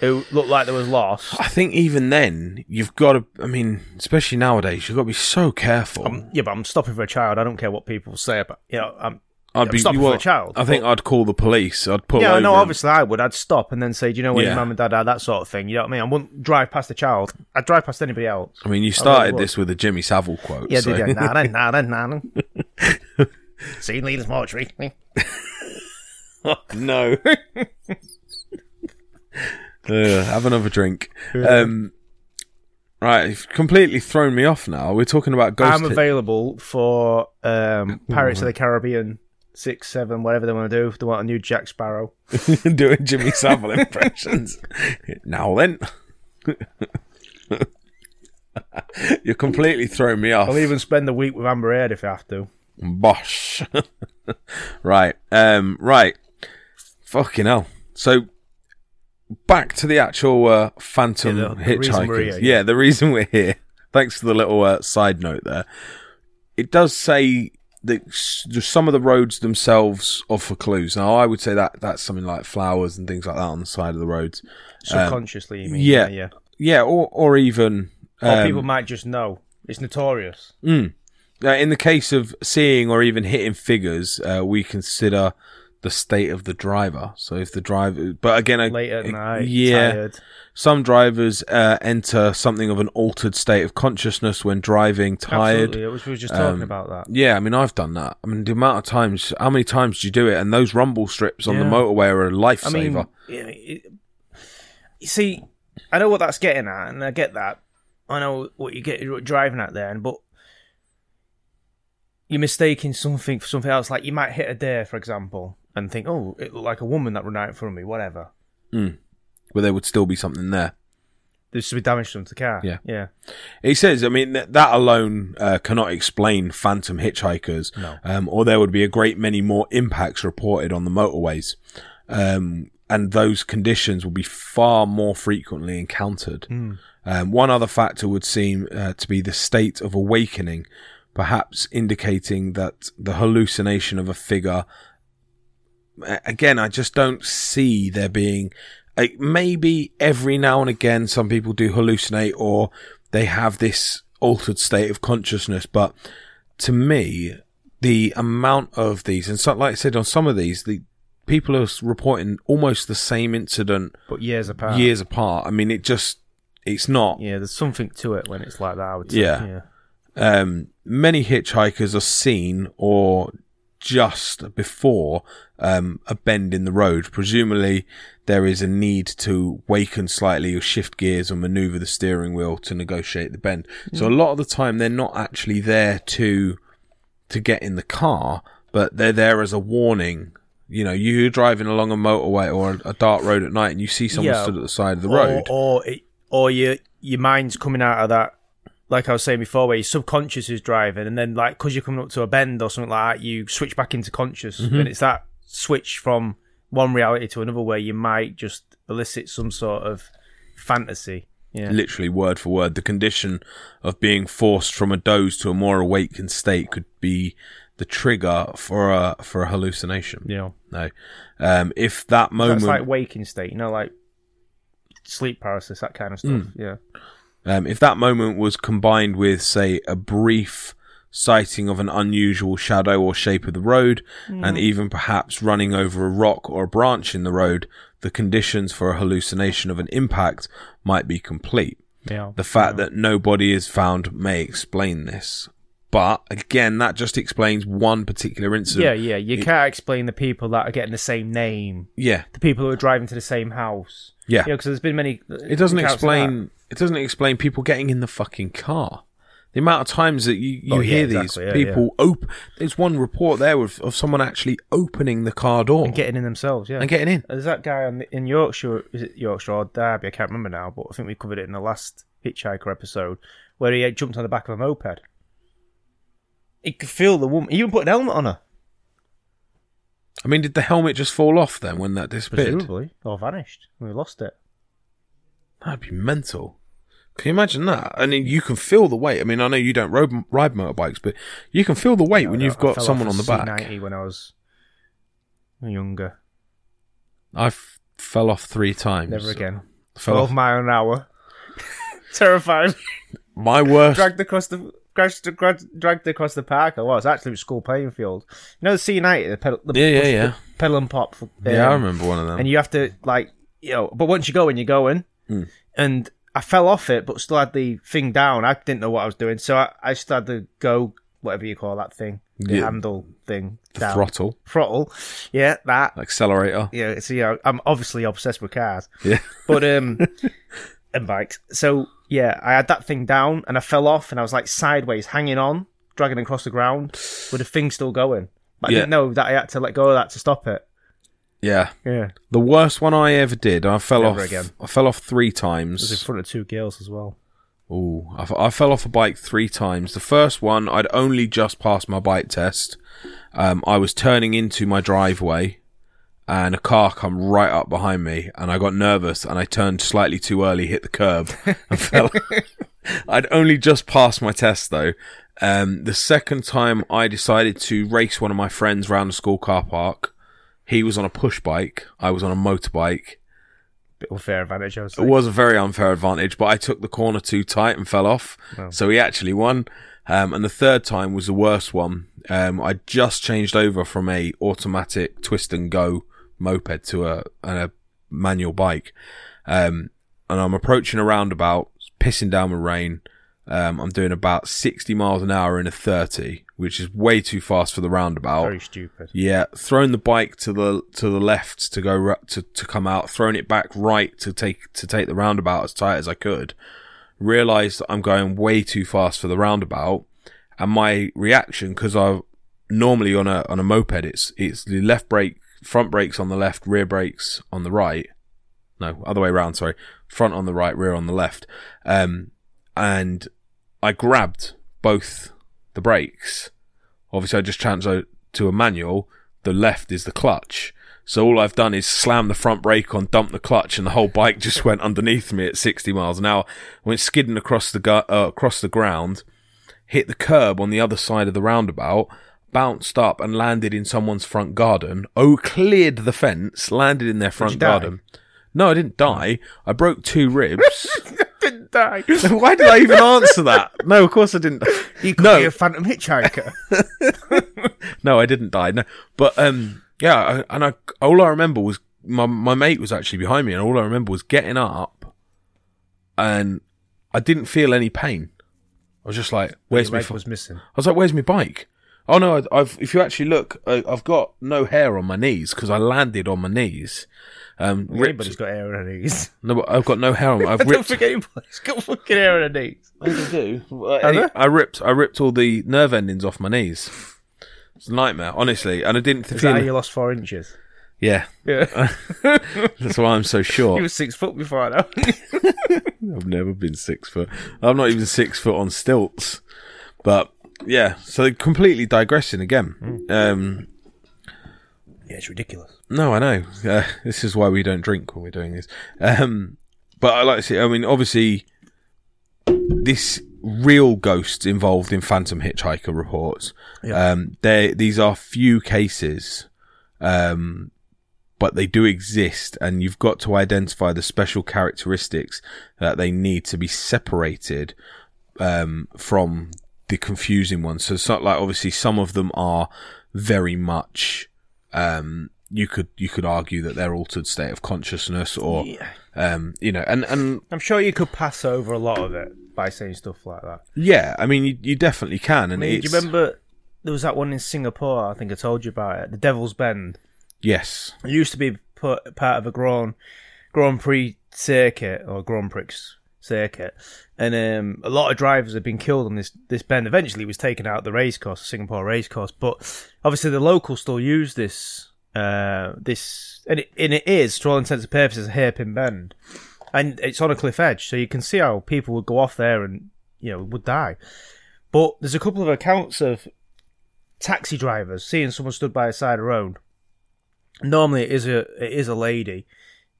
S1: who looked like they was lost.
S2: I think even then, you've got to. I mean, especially nowadays, you've got to be so careful.
S1: Yeah, but I'm stopping for a child. I don't care what people say about you know. I'm,
S2: I'd be
S1: stop for
S2: well,
S1: a child,
S2: I think I'd call the police. I'd pull
S1: yeah,
S2: over.
S1: no,
S2: and-
S1: obviously I would. I'd stop and then say, "Do you know where
S2: Yeah.
S1: your mum and dad are?" That sort of thing. You know what I mean? I wouldn't drive past a child. I'd drive past anybody else.
S2: I mean, you
S1: really
S2: started
S1: would.
S2: this with a Jimmy Savile quote.
S1: Yeah,
S2: so.
S1: did you? Nada, nada, nada. Scene leaders mortuary.
S2: No. Ugh, have another drink. Um, Right, you've completely thrown me off now. We're talking about ghost.
S1: I'm
S2: hit-
S1: available for um, Pirates of the Caribbean six, seven, whatever they want to do. If they want a new Jack Sparrow,
S2: doing Jimmy Savile impressions. now then. You're completely throwing me off.
S1: I'll even spend the week with Amber Heard if I have to.
S2: Bosh. right. Um, right. Fucking hell. So back to the actual uh, phantom
S1: Yeah, the- the reason we're
S2: hitchhikers.
S1: here,
S2: yeah. the reason we're here. Thanks for the little uh, side note there. It does say that s- some of the roads themselves offer clues. Now, I would say that that's something like flowers and things like that on the side of the roads.
S1: Subconsciously, you mean?
S2: yeah.
S1: yeah.
S2: Yeah, or or even
S1: Or
S2: um,
S1: people might just know. It's notorious.
S2: Uh, in the case of seeing or even hitting figures, uh, we consider the state of the driver. So if the driver, but again, I-
S1: Late at night,
S2: uh, yeah,
S1: tired.
S2: some drivers uh, enter something of an altered state of consciousness when driving, tired. Um,
S1: Absolutely. It was- We were just talking about that.
S2: Yeah, I mean, I've done that. I mean, the amount of times, how many times do you do it? And those rumble strips on the
S1: Yeah.
S2: motorway are a
S1: I
S2: lifesaver.
S1: mean, yeah, it- you see, I know what that's getting at, and I get that. I know what you get you're driving at there, and but you're mistaking something for something else. Like you might hit a deer, for example, and think, "Oh, it looked like a woman that ran out in front of me." Whatever.
S2: where there would still be something there.
S1: There should be damage done to the car.
S2: Yeah.
S1: yeah.
S2: He says, I mean, th- that alone uh, cannot explain phantom hitchhikers,
S1: No.
S2: um, or there would be a great many more impacts reported on the motorways. Um, and those conditions would be far more frequently encountered. Um, one other factor would seem uh, to be the state of awakening, perhaps indicating that the hallucination of a figure. A- Again, I just don't see there being. Like, maybe every now and again, some people do hallucinate or they have this altered state of consciousness. But to me, the amount of these, and so, like I said, on some of these, the people are s- reporting almost the same incident
S1: But years apart.
S2: years apart. I mean, it just, it's not.
S1: Yeah, there's something to it when it's like that. I would say.
S2: Yeah. um, many hitchhikers are seen or just before um, a bend in the road. Presumably, there is a need to waken slightly or shift gears or maneuver the steering wheel to negotiate the bend. So a lot of the time, they're not actually there to to get in the car, but they're there as a warning. You know, you're driving along a motorway or a dark road at night, and you see someone
S1: Yeah.
S2: stood at the side of the road.
S1: or or, it, or your your mind's coming out of that. Like I was saying before, where your subconscious is driving, and then like because you're coming up to a bend or something like that, you switch back into conscious,
S2: Mm-hmm.
S1: and it's that switch from one reality to another where you might just elicit some sort of fantasy. Yeah,
S2: literally word for word, the condition of being forced from a doze to a more awakened state could be the trigger for a for a hallucination.
S1: yeah.
S2: No, um, if that moment,
S1: That's like waking state, you know, like sleep paralysis, that kind of stuff.
S2: Hmm.
S1: Yeah,
S2: um, if that moment was combined with, say, a brief sighting of an unusual shadow or shape of the road,
S1: Mm.
S2: and even perhaps running over a rock or a branch in the road, the conditions for a hallucination of an impact might be complete.
S1: yeah.
S2: The fact that nobody is found may explain this. But again, that just explains one particular incident.
S1: yeah, yeah. You can't explain the people that are getting the same name,
S2: Yeah.
S1: the people who are driving to the same house.
S2: Yeah.
S1: Yeah, because there's been many. uh,
S2: It doesn't
S1: accounts of that.
S2: explain it doesn't explain people getting in the fucking car. The amount of times that you, you
S1: Oh, yeah,
S2: hear
S1: exactly, yeah,
S2: these people op- there's one report there of, of someone actually opening the car door and,
S1: and getting in themselves. Yeah,
S2: getting in.
S1: there's that guy on in Yorkshire. Is it Yorkshire or Derby? I can't remember now, but I think we covered it in the last hitchhiker episode where he had jumped on the back of a moped. He could feel the woman. He even put an helmet on her,
S2: I mean, did the helmet just fall off then when that disappeared?
S1: presumably, or vanished. We lost it.
S2: That'd be mental. Can you imagine that? I mean, you can feel the weight. I mean, I know you don't ride, ride motorbikes, but you can feel the weight when
S1: I-
S2: you've
S1: I
S2: got
S1: fell
S2: someone
S1: off
S2: on
S1: a
S2: the back.
S1: C90 when I was younger.
S2: I f- fell off three times.
S1: Never again.
S2: Fell
S1: Twelve
S2: off.
S1: mile an hour. Terrifying.
S2: My worst.
S1: dragged across the crashed, dragged, dragged across the park. I was actually it was school playing field. You know the C United, the pedal, the
S2: Yeah, yeah, yeah.
S1: pedal and pop. um,
S2: Yeah, I remember one of them.
S1: And you have to like you know, but once you go in, you're going.
S2: Hmm.
S1: And I fell off it, but still had the thing down. I didn't know what I was doing, so I, I just had to go whatever you call that thing, the
S2: Yeah.
S1: handle thing,
S2: the
S1: down.
S2: throttle,
S1: throttle. Yeah, that
S2: accelerator.
S1: yeah, so yeah, I'm obviously obsessed with cars.
S2: Yeah.
S1: But um and bikes. So yeah, I had that thing down and I fell off and I was like sideways, hanging on, dragging across the ground with the thing still going. But I
S2: Yeah.
S1: didn't know that I had to let go of that to stop it.
S2: Yeah.
S1: Yeah,
S2: The worst one I ever did, I fell
S1: Never
S2: off.
S1: again.
S2: I fell off three
S1: it was in
S2: times.
S1: front of two girls as well.
S2: Ooh, I, f- I fell off a bike three times. The first one, I'd only just passed my bike test. Um, I was turning into my driveway, and a car come right up behind me, and I got nervous, and I turned slightly too early, hit the curb, and fell. I'd only just passed my test though. Um, the second time, I decided to race one of my friends round the school car park. He was on a push bike. I was on a motorbike.
S1: Bit unfair advantage, I was.
S2: It
S1: Like,
S2: was a very unfair advantage, but I took the corner too tight and fell off. So he actually won. Um, and the third time was the worst one. Um, I just changed over from a automatic twist and go moped to a, a manual bike. Um, and I'm approaching a roundabout, it's pissing down with rain. Um, I'm doing about 60 miles an hour in a 30, which is way too fast for the roundabout.
S1: very stupid.
S2: Yeah, thrown the bike to the to the left to go ru- to to come out, thrown it back right to take to take the roundabout as tight as I could. Realized I'm going way too fast for the roundabout, and my reaction because I normally on a on a moped it's it's the left brake, front brakes on the left, rear brakes on the right. No, other way round. Sorry, front on the right, rear on the left. Um, and I grabbed both the brakes obviously I just transferred to a manual. The left is the clutch. So all I've done is slam the front brake on, dump the clutch, and the whole bike just went underneath me at 60 miles an hour. Went skidding across the gu- uh, across the ground, hit the curb on the other side of the roundabout, bounced up and landed in someone's front garden. Oh, cleared the fence, landed in their front
S1: you die?
S2: garden. No, I didn't die. I broke two ribs.
S1: Didn't die.
S2: Why did I even answer that? No, of course I didn't.
S1: You could
S2: No.
S1: be a phantom hitchhiker.
S2: No, I didn't die. No, but um, yeah, I, and I all I remember was my my mate was actually behind me, and all I remember was getting up, and I didn't feel any pain. I was just like, "Where's my?"
S1: Leg
S2: fu-
S1: was missing.
S2: I was like, "Where's my bike?" Oh no, I, I've if you actually look, I, I've got no hair on my knees because I landed on my knees. Um, ripped,
S1: Everybody's got hair on their knees.
S2: no, I've got no hair on. my- I've ripped,
S1: Don't forget, anybody's got fucking hair on their knees.
S2: Any- I ripped, I ripped all the nerve endings off my knees. It's a nightmare, honestly, and I didn't
S1: Is that how
S2: feel.
S1: you lost four inches?
S2: yeah,
S1: Yeah,
S2: that's why I'm so short.
S1: you were six foot before now.
S2: I've never been six foot. I'm not even six foot on stilts. But yeah, so completely digressing
S1: Hmm.
S2: again. Um,
S1: yeah, it's ridiculous.
S2: no, I know. Uh, this is why we don't drink when we're doing this. Um, but I like to see. I mean, obviously, this real ghosts involved in phantom hitchhiker reports. Um, they these are few cases. Um, but they do exist, and you've got to identify the special characteristics that they need to be separated um, from the confusing ones. So, it's not like obviously some of them are very much. Um, you could you could argue that they're altered state of consciousness, or um, you know, and and
S1: I'm sure you could pass over a lot of it by saying stuff like that.
S2: yeah, I mean, you, you definitely can. And
S1: I mean, do
S2: it's-
S1: you remember there was that one in Singapore? I think I told you about it. The Devil's Bend.
S2: Yes,
S1: It used to be put, part of a Grand Grand Prix circuit or Grand Prix circuit, and um, a lot of drivers had been killed on this this bend. Eventually, it was taken out of the race course, Singapore race course. But obviously, the locals still use this uh, this, and it, and it is, to all intents and purposes, a hairpin bend, and it's on a cliff edge, so you can see how people would go off there and you know would die. But there's a couple of accounts of taxi drivers seeing someone stood by a side of the road normally it is a it is a lady,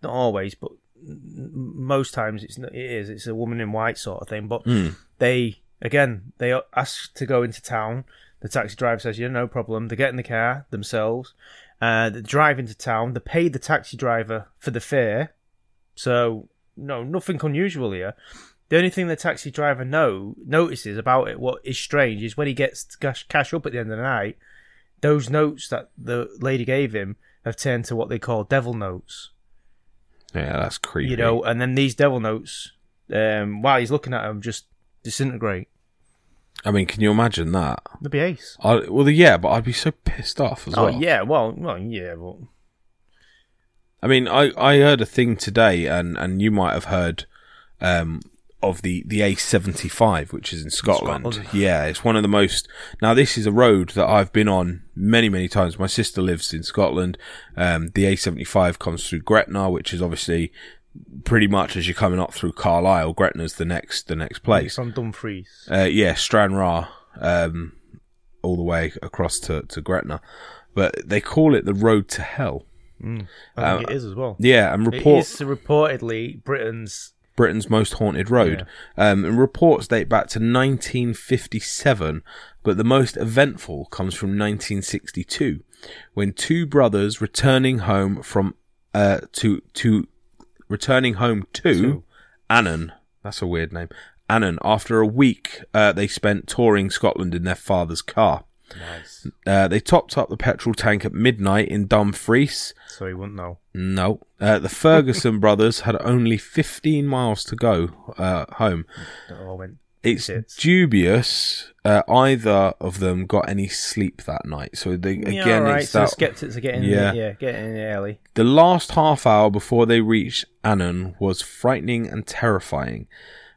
S1: not always, but m- most times it's not, it is it's a woman in white sort of thing. But they again they ask to go into town. The taxi driver says, "Yeah, no problem." They get in the car themselves. Uh, they drive into town. They pay the taxi driver for the fare, so no nothing unusual here. The only thing the taxi driver know notices about it, what is strange, is when he gets cash, cash up at the end of the night, those notes that the lady gave him have turned to what they call devil notes,
S2: yeah, that's creepy.
S1: you know, and then these devil notes, um, while he's looking at them, just disintegrate.
S2: I mean, can you imagine that?
S1: That'd be ace.
S2: I, well, yeah, but I'd be so pissed off as
S1: Oh,
S2: well.
S1: yeah, well, well, yeah, but
S2: I mean, I, I heard a thing today, and, and you might have heard um, of the the A75, which is in Scotland.
S1: Scotland.
S2: Yeah, it's one of the most. Now, this is a road that I've been on many, many times. My sister lives in Scotland. Um, the A75 comes through Gretna, which is obviously pretty much as you're coming up through Carlisle. Gretna's the next the next place.
S1: From Dumfries.
S2: Uh, yeah, Stranraer, um, all the way across to, to Gretna. But they call it the road to hell.
S1: I think it is as well.
S2: Yeah, and
S1: It
S2: Uh, report
S1: is reportedly Britain's.
S2: Britain's most haunted road. Um, and reports date back to 1957, but the most eventful comes from 1962, when two brothers returning home from uh, to to returning home to Annan. That's a weird name. Annan. After a week, uh, they spent touring Scotland in their father's car.
S1: Nice.
S2: Uh, they topped up the petrol tank at midnight in Dumfries.
S1: So he wouldn't know.
S2: No. Uh, the Ferguson brothers had only 15 miles to go uh, home.
S1: That all went.
S2: It's
S1: Shits.
S2: dubious uh, either of them got any sleep that night. So they,
S1: Yeah,
S2: again,
S1: all right,
S2: it's
S1: so the
S2: that,
S1: skeptics are getting yeah,
S2: Yeah.
S1: yeah getting in early.
S2: the last half hour before they reached Annan was frightening and terrifying.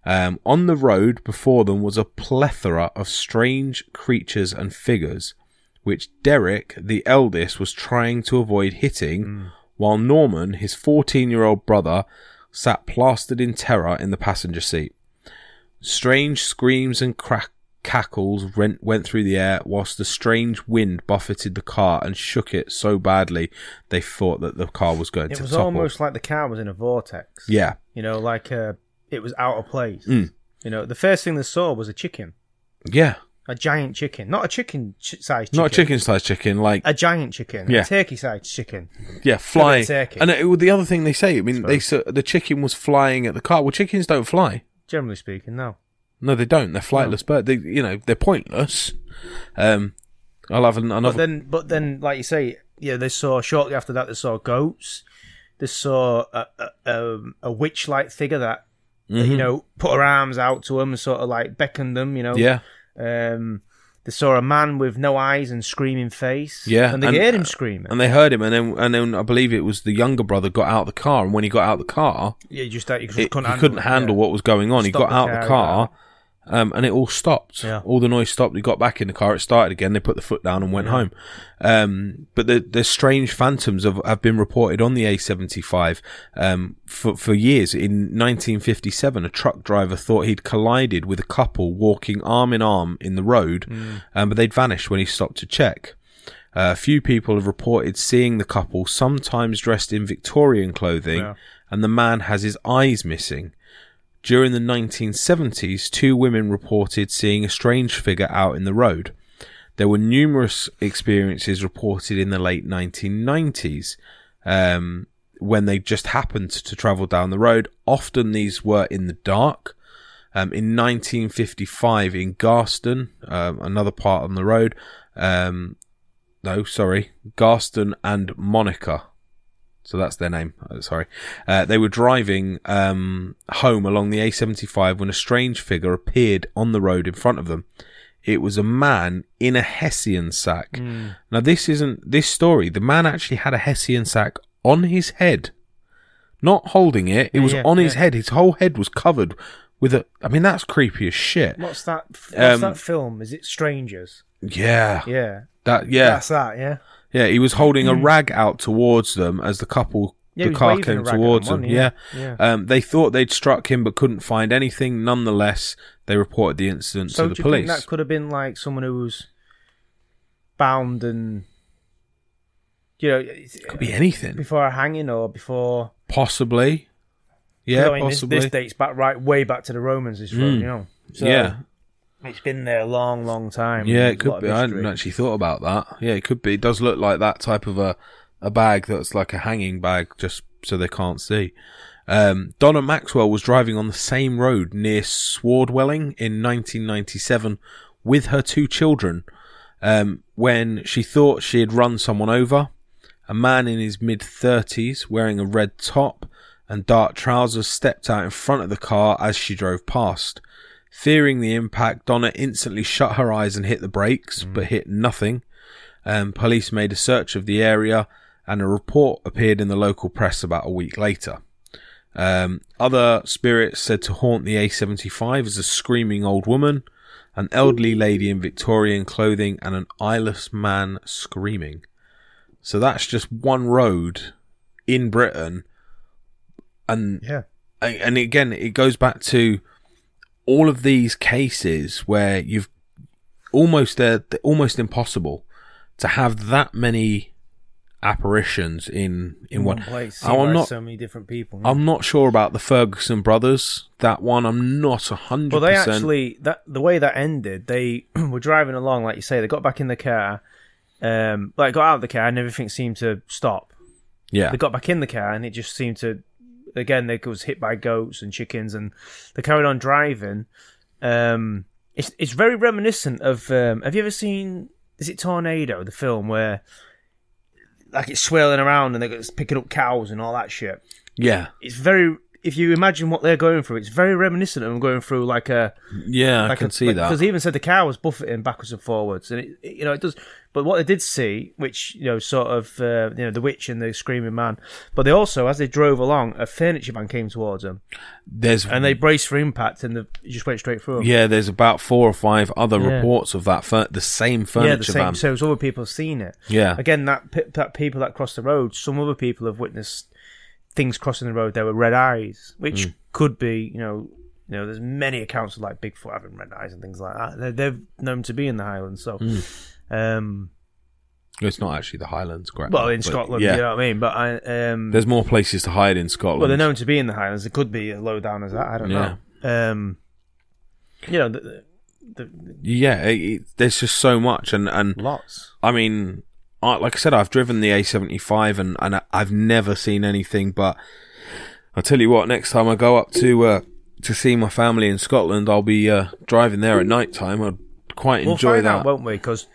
S2: Um, on the road before them was a plethora of strange creatures and figures, which Derek, the eldest, was trying to avoid hitting,
S1: Hmm.
S2: while Norman, his 14 year old brother, sat plastered in terror in the passenger seat. Strange screams and crack- cackles rent- went through the air, whilst the strange wind buffeted the car and shook it so badly they thought that the car was going
S1: It
S2: to
S1: was
S2: topple.
S1: almost like the car was in a vortex.
S2: yeah,
S1: You know, like uh, it was out of place.
S2: Mm.
S1: You know, the first thing they saw was a chicken,
S2: yeah,
S1: a giant chicken, not a chicken ch- sized chicken,
S2: not chicken sized chicken, like
S1: a giant chicken,
S2: Yeah.
S1: a turkey sized chicken.
S2: yeah, flying.
S1: turkey.
S2: And it, well, the other thing they say, I mean, they sa the chicken was flying at the car. Well, chickens don't fly.
S1: Generally speaking, no.
S2: No, they don't. They're flightless, but they, you know, they're pointless. Um, I'll have an,
S1: But
S2: another.
S1: then, but then, like you say, yeah, they saw shortly after that they saw goats. They saw a a, um, a witch like figure that, that,
S2: Mm-hmm.
S1: you know put her arms out to them and sort of like beckoned them. You know,
S2: yeah,
S1: Um, they saw a man with no eyes and screaming face.
S2: Yeah,
S1: and they
S2: and- uh,
S1: heard him screaming.
S2: and they heard him, and then and then I believe it was the younger brother got out of the car, and when he got out of the car,
S1: yeah, you just, you just
S2: it,
S1: couldn't
S2: he
S1: handle
S2: couldn't
S1: it,
S2: handle
S1: yeah.
S2: what was going on. he
S1: Stopped
S2: got
S1: the
S2: out the car,
S1: car,
S2: um, and it all stopped.
S1: Yeah.
S2: All the noise stopped. He got back in the car. It started again. They put the foot down and went home. Um, but the, the strange phantoms have, have been reported on the A75 um, for, for years. In 1957, a truck driver thought he'd collided with a couple walking arm in arm in the road,
S1: Hmm.
S2: um, but they'd vanished when he stopped to check. Uh, few people have reported seeing the couple, sometimes dressed in Victorian clothing,
S1: Yeah.
S2: and the man has his eyes missing. During the 1970s, two women reported seeing a strange figure out in the road. There were numerous experiences reported in the late 1990s um, when they just happened to travel down the road. Often these were in the dark. Um, in 1955, in Garston, um, another part on the road, um, no, sorry, Garston and Monica. So that's their name. uh, Sorry. Uh, they were driving um, home along the A75 when a strange figure appeared on the road in front of them. It was a man in a Hessian sack.
S1: Hmm.
S2: Now, this isn't this story. The man actually had a Hessian sack on his head, not holding it. It
S1: Yeah,
S2: was
S1: yeah,
S2: on his
S1: yeah.
S2: head. His whole head was covered with a. I mean, that's creepy as shit.
S1: What's that? What's
S2: Um,
S1: that film? Is it Strangers?
S2: Yeah.
S1: Yeah,
S2: That. Yeah.
S1: that's that. Yeah,
S2: Yeah, he was holding a rag out towards them as the couple,
S1: Mm. Yeah, he
S2: the
S1: was
S2: car
S1: waving a
S2: came
S1: rag at
S2: towards
S1: them,
S2: them. Yeah.
S1: wasn't he? Yeah.
S2: Um, they thought they'd struck him but couldn't find anything. Nonetheless, they reported the incident
S1: So
S2: to
S1: do
S2: the
S1: you
S2: police.
S1: think that could have been like someone who was bound and you know it's-
S2: could be anything.
S1: before a hanging or before
S2: Possibly. Yeah,
S1: 'cause, I mean, this-
S2: possibly. Hmm.
S1: This, dates back right way back to the Romans. This road, you know. So
S2: yeah.
S1: it's been there a long, long time.
S2: Yeah,
S1: There's
S2: it
S1: a lot
S2: could
S1: of
S2: be. I
S1: history.
S2: hadn't actually thought about that. Yeah, it could be. It does look like that type of a, a bag that's like a hanging bag just so they can't see. Um, Donna Maxwell was driving on the same road near Swordwelling in 1997 with her two children um, when she thought she had run someone over. A man in his mid 30s wearing a red top and dark trousers stepped out in front of the car as she drove past. Fearing the impact, Donna instantly shut her eyes and hit the brakes, but hit nothing. Um, police made a search of the area, and a report appeared in the local press about a week later. Um, other spirits said to haunt the A75 is a screaming old woman, an elderly lady in Victorian clothing, and an eyeless man screaming. So that's just one road in Britain, and
S1: Yeah.
S2: and and again, it goes back to all of these cases where you've almost they're, they're almost impossible to have that many apparitions in in one,
S1: place,
S2: Oh, I'm not
S1: so many different people.
S2: I'm not sure about the Ferguson brothers. That one, I'm not a hundred.
S1: Well, they
S2: percent-
S1: actually that the way that ended, they were driving along, like you say. They got back in the car, um, like got out of the car, and everything seemed to stop.
S2: yeah,
S1: They got back in the car, and it just seemed to, again, they was hit by goats and chickens, and they carried on driving. Um, it's it's very reminiscent of. Um, have you ever seen? Is it Tornado, the film where? Like it's swirling around and they're picking up cows and all that shit
S2: yeah,
S1: it's very if you imagine what they're going through, it's very reminiscent of them going through like a
S2: yeah. I
S1: like
S2: can see that.
S1: because he even said the cow was buffeting backwards and forwards, and it, it- you know it does. But what they did see, which you know, sort of uh, you know, the witch and the screaming man, but they also as they drove along, a furniture van came towards them,
S2: There's
S1: and they braced for impact, and the, it just went straight through them.
S2: Hmm. yeah, there's about four or five other
S1: Yeah.
S2: reports of that fur- the same furniture
S1: yeah, the same.
S2: van.
S1: So it's other people have seen it.
S2: yeah,
S1: Again, that pe- that people that cross the road, some other people have witnessed things crossing the road. There were red eyes, which
S2: Mm.
S1: could be, you know, you know, there's many accounts of like Bigfoot having red eyes and things like that. They're, they're known to be in the Highlands, so.
S2: Mm.
S1: Um,
S2: it's not actually the Highlands, correct?
S1: well, in
S2: but
S1: Scotland,
S2: yeah.
S1: you know what I mean. But I, um,
S2: There's more places to hide in Scotland.
S1: well, they're known to be in the Highlands. It could be as low down as that. I don't
S2: Yeah.
S1: know. Um, you know, the, the, the,
S2: yeah, it, it, there's just so much, and
S1: Mm.
S2: and
S1: lots.
S2: I mean, I, like I said, I've driven the A75, and and I- I've never seen anything. But I tell you what, next time I go up to uh, to see my family in Scotland, I'll be uh, driving there at night time. I'd quite
S1: We'll
S2: enjoy
S1: find
S2: that.
S1: out, won't we? Because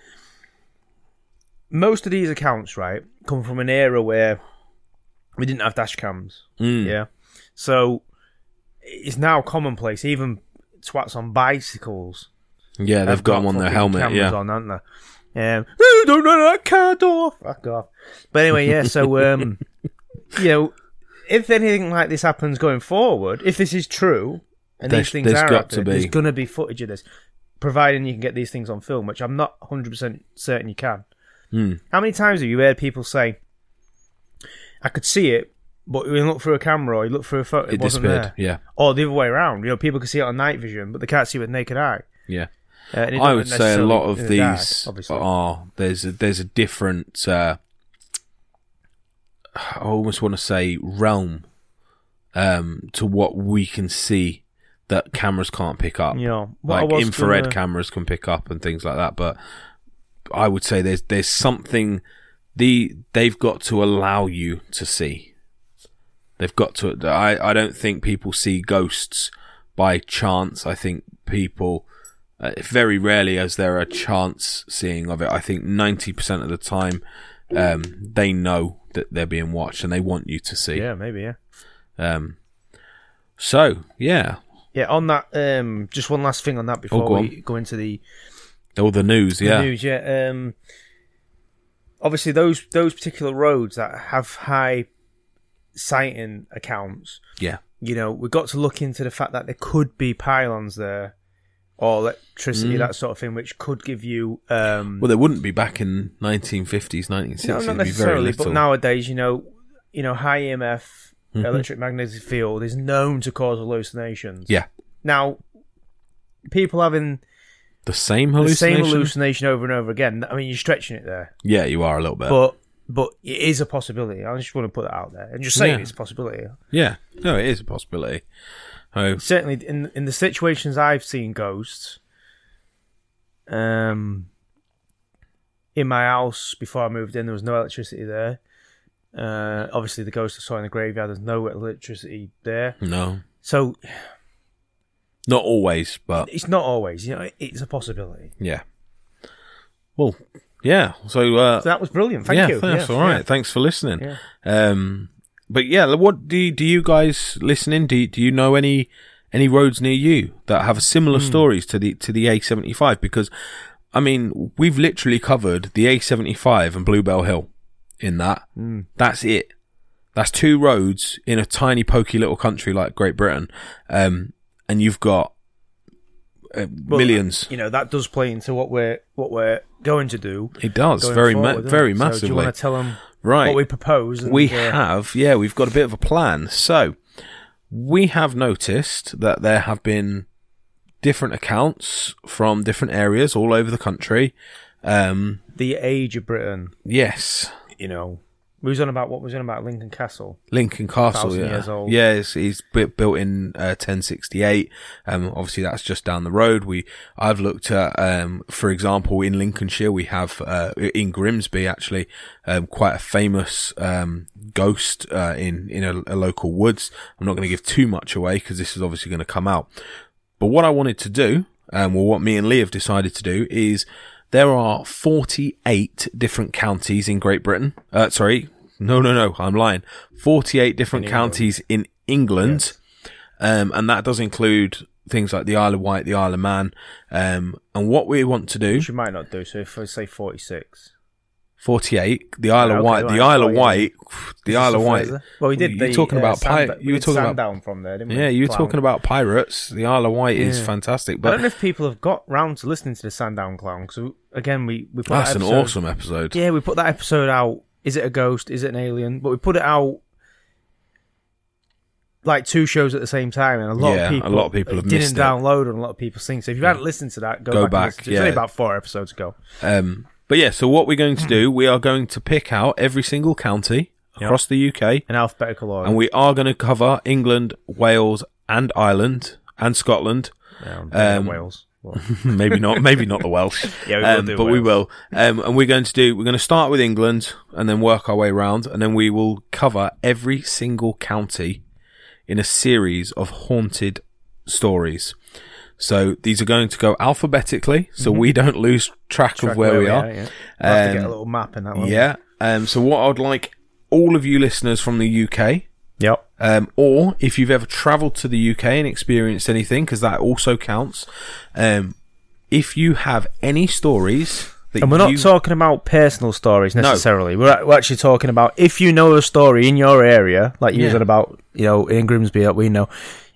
S1: most of these accounts, right, come from an era where we didn't have dash cams.
S2: Mm.
S1: Yeah. So it's now commonplace. Even twats on bicycles
S2: Yeah, they've
S1: have
S2: got 'em on their
S1: fucking
S2: helmet.
S1: cameras
S2: Yeah,
S1: on, aren't they? Um, "Oh, don't run that car door. Fuck off. But anyway, yeah. So um, you know, if anything like this happens going forward, if this is true, and
S2: There's-
S1: these things
S2: there's
S1: are
S2: got
S1: out
S2: to
S1: there, there's
S2: be.
S1: going to be footage of this, providing you can get these things on film, which I'm not 100 percent certain you can.
S2: Hmm.
S1: How many times have you heard people say, "I could see it"? But when you look through a camera or you look through a photo, it,
S2: it
S1: wasn't
S2: disappeared.
S1: there.
S2: Yeah,
S1: Or the other way around, you know, people can see it on night vision, but they can't see it with naked eye.
S2: yeah.
S1: Uh, and it
S2: I
S1: doesn't
S2: would say a
S1: necessarily-
S2: lot of
S1: in the
S2: these
S1: dark, obviously.
S2: are there's a, there's a different. Uh, I almost want to say realm um, to what we can see that cameras can't pick up.
S1: you know, what I
S2: like
S1: was
S2: infrared
S1: gonna-
S2: cameras can pick up and things like that. But I would say there's there's something the they've got to allow you to see. They've got to. I I don't think people see ghosts by chance. I think people. Uh, very rarely as there a chance seeing of it. I think 90% of the time um, they know that they're being watched and they want you to see.
S1: Yeah, maybe. Yeah,
S2: Um, so, yeah,
S1: yeah. On that, um, just one last thing on that before
S2: Oh, go
S1: we go into the,
S2: all the news.
S1: the
S2: yeah.
S1: news. Yeah, um, obviously those those particular roads that have high sighting accounts,
S2: Yeah.
S1: you know, we've got to look into the fact that there could be pylons there or electricity, that sort of thing, which could give you um,
S2: Mm. Well, they wouldn't be back in 1950s, 1960s.
S1: No, not
S2: It'd be very
S1: necessarily,
S2: little. Mm-hmm.
S1: but nowadays, you know, you know, high EMF electric magnetic field is known to cause hallucinations.
S2: yeah,
S1: Now, people having
S2: the same
S1: the same
S2: hallucination.
S1: hallucination over and over again. I mean, you're stretching it there,
S2: yeah, you are a little bit.
S1: but but it is a possibility. I just want to put that out there and just say
S2: Yeah.
S1: it's a possibility.
S2: yeah, no, it is a possibility. Oh,
S1: Certainly, in in the situations I've seen ghosts, um, in my house before I moved in, there was no electricity there. Uh, obviously, the ghost I saw in the graveyard, there's no electricity there.
S2: no,
S1: So
S2: not always, but
S1: it's not always, you know, it's a possibility.
S2: yeah. Well, yeah. So, uh,
S1: So that was brilliant. Thank
S2: yeah,
S1: you.
S2: that's
S1: Yeah,
S2: all right.
S1: yeah.
S2: Thanks for listening.
S1: Yeah.
S2: Um, but yeah, what do you, do you guys listening? Do you, do you know any any roads near you that have similar
S1: Hmm.
S2: stories to the to the A seventy five? Because I mean, we've
S1: Hmm.
S2: literally covered the A seventy five and Bluebell Hill in that. That's it. That's two roads in a tiny, pokey little country like Great Britain, um, and you've got uh,
S1: But,
S2: millions.
S1: You know that does play into what we're what we're going to do.
S2: It does
S1: uh, going
S2: very,
S1: forward,
S2: ma-
S1: doesn't
S2: very
S1: it? So do you
S2: massively.
S1: want to tell them
S2: right,
S1: what we propose? and,
S2: we
S1: uh,
S2: have, yeah, we've got a bit of a plan. So, we have noticed that there have been different accounts from different areas all over the country. Um,
S1: the age of Britain.
S2: yes,
S1: You know, we was on about what was on about Lincoln Castle.
S2: Lincoln Castle,
S1: Thousand
S2: yeah,
S1: years old.
S2: yeah, it's, it's bu- built in uh, 1068. Um, obviously that's just down the road. We, I've looked at, um, for example, in Lincolnshire we have uh, in Grimsby actually um, quite a famous um, ghost uh, in in a, a local woods. I'm not going to give too much away because this is obviously going to come out. But what I wanted to do, um, well, what me and Lee have decided to do is there are 48 different counties in Great Britain. Uh, sorry. No, no, no. I'm lying. 48 different counties in England. Um, and that does include things like the Isle of Wight, the Isle of Man. Um, and what we want to do,
S1: Which you might not do. So if I say forty six,
S2: 48, the Isle
S1: Yeah,
S2: of
S1: okay,
S2: Wight,
S1: right,
S2: the Isle of
S1: sorry,
S2: Wight, the Isle of Wight.
S1: Well, we did.
S2: You're
S1: the,
S2: talking
S1: uh,
S2: about
S1: Sand-
S2: pi-
S1: we
S2: you were
S1: did
S2: talking about-
S1: Sandown from there, didn't we?
S2: Yeah, you were
S1: Clown.
S2: talking about pirates. The Isle of Wight is
S1: Yeah.
S2: fantastic,
S1: I don't know
S2: but
S1: if people have got round to listening to the Sandown Clown because again, we we put that
S2: that's an
S1: episode-
S2: awesome episode.
S1: Yeah, we put that episode out. Is it a ghost? Is it an alien? But we put it out like two shows at the same time, and a lot
S2: Yeah, a
S1: of people,
S2: lot of people have
S1: didn't
S2: missed it.
S1: download, and a lot of people think. So if you haven't listened to that, go,
S2: Go
S1: back.
S2: back,
S1: and listen to it. It's
S2: yeah.
S1: only about four episodes ago.
S2: Um, but yeah, so what we're going to
S1: Mm-hmm.
S2: do, we are going to pick out every single county across the UK,
S1: In alphabetical order.
S2: and we are going to cover England, Wales, and Ireland and Scotland.
S1: Um, yeah,
S2: um,
S1: Wales. Well,
S2: maybe not, maybe not the Welsh.
S1: Yeah, we will
S2: um,
S1: do
S2: but we
S1: Wales.
S2: will. Um, and we're going to do. We're going to start with England, and then work our way round, and then we will cover every single county in a series of haunted stories. So these are going to go alphabetically, so we don't lose track,
S1: Mm-hmm. track
S2: of where, we are.
S1: yeah. We'll have to get
S2: Um,
S1: a little map in that one.
S2: Yeah. Um, so what I'd like all of you listeners from the UK,
S1: Yep.
S2: um, or if you've ever travelled to the UK and experienced anything, because that also counts. Um, if you have any stories that
S1: And we're not
S2: you,
S1: talking about personal stories necessarily. We're, we're actually talking about if you know a story in your area, like you
S2: Yeah.
S1: said about, you know, in Grimsby that we know.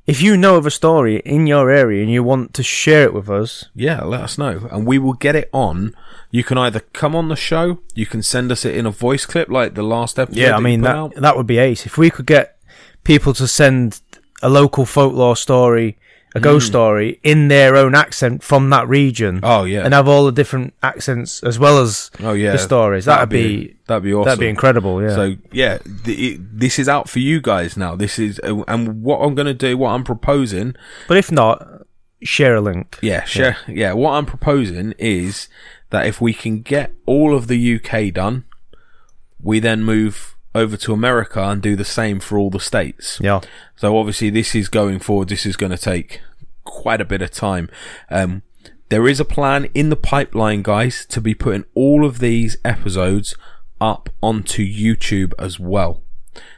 S1: If you know of a story in your area and you want to share it with us,
S2: yeah, let us know, and we will get it on. You can either come on the show, you can send us it in a voice clip, like the last episode.
S1: yeah,
S2: that
S1: I
S2: you
S1: mean
S2: put
S1: that
S2: out.
S1: that would be ace. If we could get people to send a local folklore story, a ghost story in their own accent from that region,
S2: Hmm. Oh yeah.
S1: and have all the different accents as well as
S2: oh yeah.
S1: the stories, that'd, be,
S2: that'd be awesome.
S1: that'd be incredible. Yeah.
S2: So yeah, the, it, this is out for you guys now. This is uh, and what I'm going to do, what I'm proposing
S1: but if not, share a link.
S2: Yeah, sure. Yeah. what I'm proposing is that if we can get all of the UK done, we then move over to America and do the same for all the states.
S1: Yeah.
S2: So obviously, this is going forward. This is going to take quite a bit of time. Um, there is a plan in the pipeline, guys, to be putting all of these episodes up onto YouTube as well.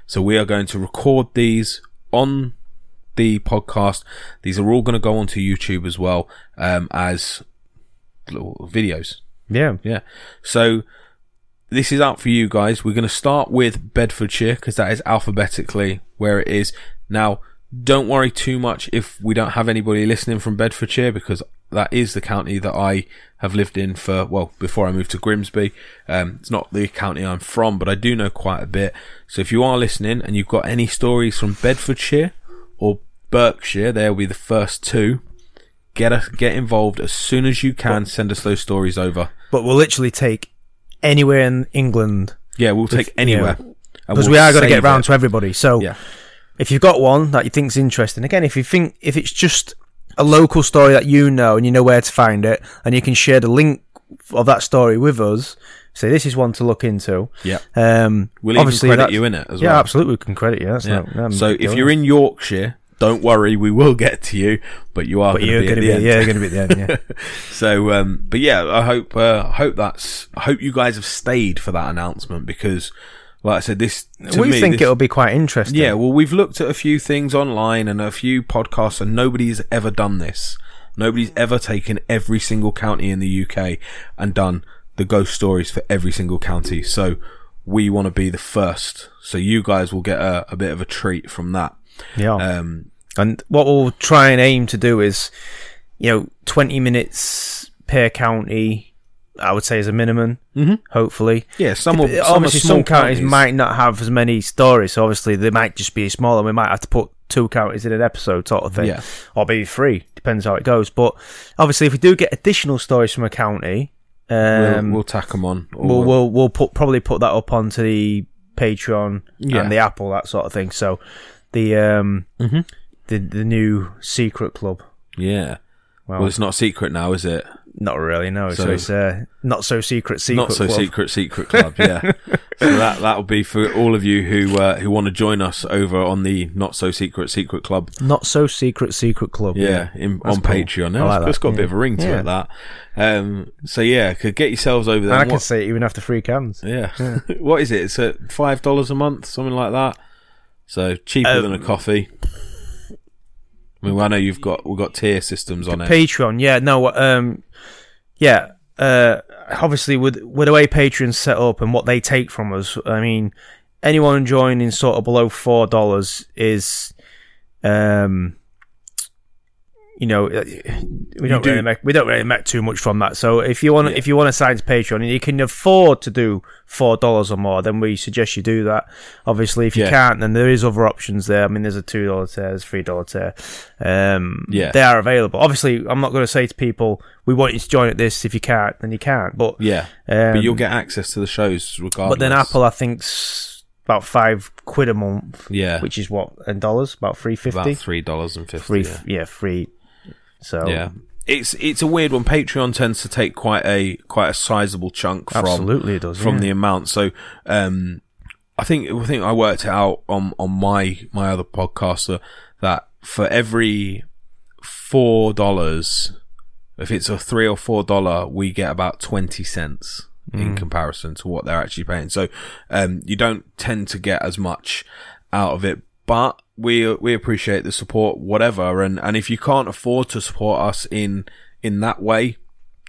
S2: So we are going to record these on the podcast. These are all going to go onto YouTube as well um, as little videos.
S1: Yeah.
S2: Yeah. So this is out for you guys. We're going to start with Bedfordshire because that is alphabetically where it is. Now, don't worry too much if we don't have anybody listening from Bedfordshire because that is the county that I have lived in for, well, before I moved to Grimsby. Um, it's not the county I'm from, but I do know quite a bit. So if you are listening and you've got any stories from Bedfordshire or Berkshire, they'll be the first two. Get us, get involved as soon as you can. Send us those stories over.
S1: but we'll literally take anywhere in England
S2: Yeah, we'll take anywhere. and
S1: because
S2: we'll
S1: we are going to get
S2: save
S1: round
S2: it.
S1: to everybody. So
S2: Yeah.
S1: if you've got one that you think's interesting, again, if you think if it's just a local story that you know and you know where to find it, and you can share the link of that story with us, say this is one to look into.
S2: Yeah.
S1: Um,
S2: We'll
S1: obviously
S2: even credit
S1: that's-
S2: you in it as
S1: yeah,
S2: well.
S1: absolutely, we can credit you. That's
S2: Yeah.
S1: not- um,
S2: so if
S1: yeah.
S2: you're in Yorkshire, don't worry, we will get to you, but you are
S1: But
S2: going
S1: you're
S2: to be
S1: going to
S2: at the
S1: be,
S2: end.
S1: yeah, you're going to be at the end. Yeah.
S2: So, um, but yeah, I hope, uh, I hope that's, I hope you guys have stayed for that announcement because, like I said, this to
S1: we
S2: me,
S1: think
S2: this-
S1: it'll be quite interesting.
S2: Yeah, well, we've looked at a few things online and a few podcasts, and nobody's ever done this. Nobody's ever taken every single county in the UK and done the ghost stories for every single county. So we want to be the first. So you guys will get a, a bit of a treat from that.
S1: Yeah.
S2: Um,
S1: And what we'll try and aim to do is, you know, 20 minutes per county, I would say, is a minimum, mm-hmm. hopefully.
S2: yeah, some will, some are
S1: obviously,
S2: small
S1: some counties, might not have as many stories, so obviously they might just be smaller. We might have to put two counties in an episode, sort of thing,
S2: Yeah.
S1: or maybe three, depends how it goes. But obviously, if we do get additional stories from a county, um,
S2: we'll, we'll tack them on. or
S1: we'll we'll, we'll put probably put that up onto the Patreon
S2: Yeah.
S1: and the Apple that sort of thing. So the um the the new secret club.
S2: yeah. Well, it's not secret now, is it?
S1: Not really, no. So,
S2: So-
S1: it's uh, not so secret secret
S2: Not so
S1: club.
S2: secret, secret club. Yeah. so that that will be for all of you who uh, who want to join us over on the not so secret, secret club.
S1: Not so secret secret club.
S2: Yeah, in, on
S1: cool.
S2: Patreon.
S1: I like
S2: it's
S1: that,
S2: got a bit
S1: yeah.
S2: of a ring to
S1: Yeah.
S2: it. That. Um, so yeah, could get yourselves over there.
S1: And I
S2: And
S1: can
S2: what-
S1: say it even after three cans.
S2: Yeah. what is it? It's at five dollars a month, something like that. So cheaper
S1: Um,
S2: than a coffee. I mean, I know you've got we've got tier systems on it.
S1: Patreon, yeah, no, um, yeah, uh, obviously with with the way Patreon's set up and what they take from us, I mean, anyone joining sort of below four dollars is, um, you know, uh, we don't
S2: do-
S1: really make we don't really make too much from that. So if you want if you want to sign to Patreon and you can afford to do four dollars or more, then we suggest you do that. Obviously, if you
S2: Yeah.
S1: can't, then there is other options there. I mean, there's a two dollar tier, there's a three dollar tier. Um,
S2: Yeah.
S1: they are available. Obviously, I'm not going to say to people, "We want you to join at this." If you can't, then you can't. But
S2: Yeah,
S1: um,
S2: but you'll get access to the shows regardless.
S1: but then Apple, I think's about five quid a month,
S2: yeah,
S1: which is what in dollars, about three fifty.
S2: about three dollars and
S1: Three,
S2: fifty.
S1: f-
S2: Yeah.
S1: yeah, three. So
S2: yeah, it's it's a weird one. Patreon tends to take quite a quite a sizable chunk from
S1: absolutely it does.
S2: from
S1: yeah.
S2: the amount. So um, I think I think I worked it out on on my my other podcaster that for every four dollars, if it's a three or four dollar, we get about twenty cents
S1: Mm.
S2: in comparison to what they're actually paying. So um, you don't tend to get as much out of it, but we we appreciate the support, whatever. And and if you can't afford to support us in in that way.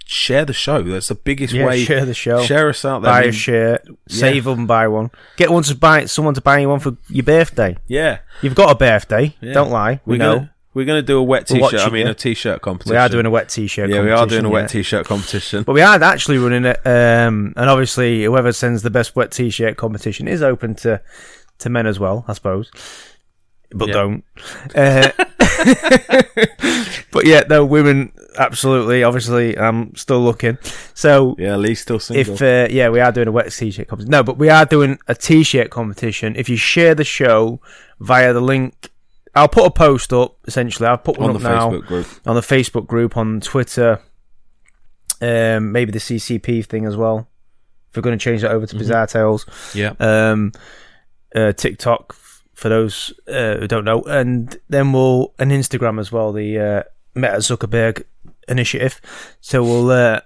S2: Share the show. That's the biggest
S1: Yeah,
S2: way.
S1: share the show.
S2: Share us out there. I
S1: buy
S2: mean,
S1: a shirt, save up and buy one. Get one to buy someone to buy you one for your birthday.
S2: yeah.
S1: You've got a birthday. Don't lie. We,
S2: We're
S1: know
S2: Gonna, we're going to do a wet
S1: We're
S2: t-shirt. I
S1: watching
S2: mean,
S1: you.
S2: a t-shirt competition.
S1: we are doing a wet t-shirt.
S2: Yeah, we are doing a
S1: competition,
S2: wet
S1: yeah.
S2: t-shirt competition.
S1: But we are actually running it, um, and obviously, whoever sends the best wet t-shirt competition is open to to men as well, I suppose. But
S2: Yeah.
S1: don't. Uh, but yeah, no, women absolutely. Obviously, I'm still looking. So
S2: yeah, Lee's still single.
S1: if uh, yeah, we are doing a wet t-shirt competition. No, but we are doing a t-shirt competition. If you share the show via the link, I'll put a post up. Essentially, I'll put one
S2: on the
S1: up now
S2: Facebook group.
S1: on the Facebook group, on Twitter, um, maybe the CCP thing as well. If we're going to change that over to Bizarre Tales,
S2: Yeah.
S1: um, uh, TikTok f- for those uh, who don't know, and then we'll and Instagram as well, the uh, Meta Zuckerberg initiative. So we'll uh,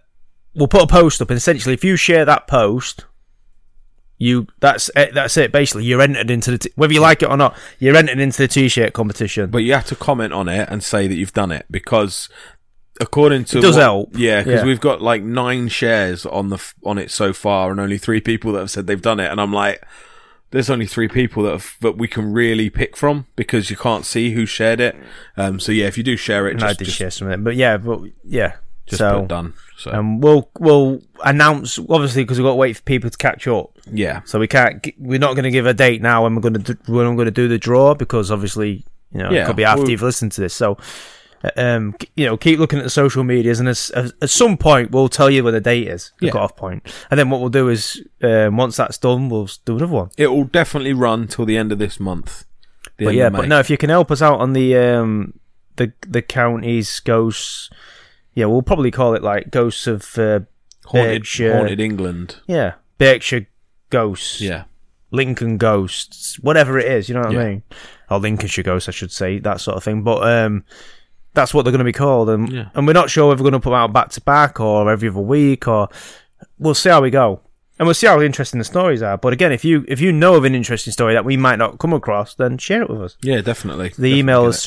S1: we'll put a post up, and essentially, if you share that post. You that's it, that's it. Basically, you're entered into the t- whether you like it or not. You're entered into the t-shirt competition.
S2: but you have to comment on it and say that you've done it because according to
S1: It does help.
S2: yeah because
S1: Yeah.
S2: we've got like nine shares on the f- on it so far and only three people that have said they've done it and i'm like there's only three people that have, that we can really pick from because you can't see who shared it um so yeah if you do share it
S1: And I
S2: just,
S1: did
S2: just,
S1: share some of it, but yeah, but yeah.
S2: just
S1: so
S2: put done so
S1: um, we'll we'll announce obviously because we've got to wait for people to catch up.
S2: yeah
S1: So we can't. gi- We're not going to give a date now when we're going to when I'm going to do the draw because obviously you know it
S2: Yeah,
S1: could be after
S2: we'll-
S1: you've listened to this. So uh, um, k- you know, keep looking at the social medias, and as, as, at some point we'll tell you where the date is, the
S2: Yeah.
S1: cut off point, and then what we'll do is um, once that's done, we'll s- do another one.
S2: it will definitely run till the end of this month the
S1: But
S2: end
S1: yeah,
S2: of May.
S1: but no, if you can help us out on the um the the counties ghosts, yeah, we'll probably call it like ghosts of uh,
S2: haunted,
S1: Berkshire,
S2: haunted england
S1: yeah, Berkshire ghosts,
S2: yeah
S1: Lincoln ghosts, whatever it is, you know what I
S2: Yeah.
S1: mean? Or Lincolnshire ghosts, I should say, that sort of thing. But um, that's what they're going to be called, and
S2: Yeah.
S1: and we're not sure if we're going to put them out back to back or every other week, or we'll see how we go. And we'll see how interesting the stories are. But again, if you if you know of an interesting story that we might not come across, then share it with us.
S2: yeah definitely
S1: The email is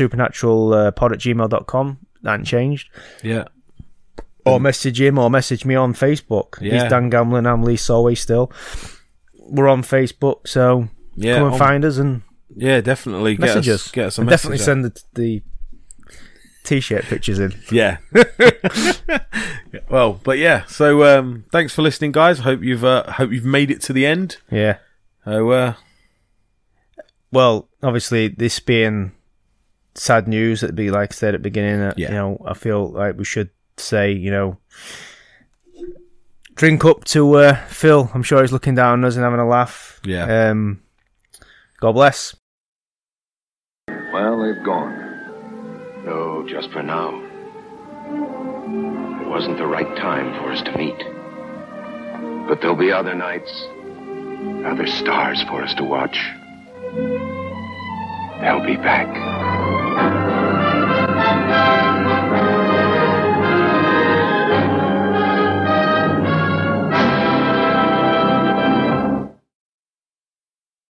S1: supernaturalpod at gmail.com. That ain't changed.
S2: yeah
S1: Or message him or message me on Facebook.
S2: Yeah.
S1: He's Dan Gamlin. I'm Lee Solway still. we're on Facebook, so
S2: Yeah,
S1: come and
S2: on-
S1: find us and
S2: yeah, definitely get
S1: message
S2: us,
S1: um, us.
S2: get us a
S1: and
S2: message.
S1: definitely
S2: out.
S1: send the, the t-shirt pictures in.
S2: Yeah. well, but yeah. So um, thanks for listening, guys. Hope you've uh, hope you've made it to the end.
S1: Yeah.
S2: So uh,
S1: Well, obviously, this being sad news, it'd be like I said at the beginning. uh,
S2: Yeah.
S1: You know, I feel like we should say, you know, drink up to uh, Phil. I'm sure he's looking down on us and having a laugh.
S2: Yeah.
S1: Um, God bless.
S3: Well, they've gone. No, just for now. It wasn't the right time for us to meet. But there'll be other nights, other stars for us to watch. They'll be back.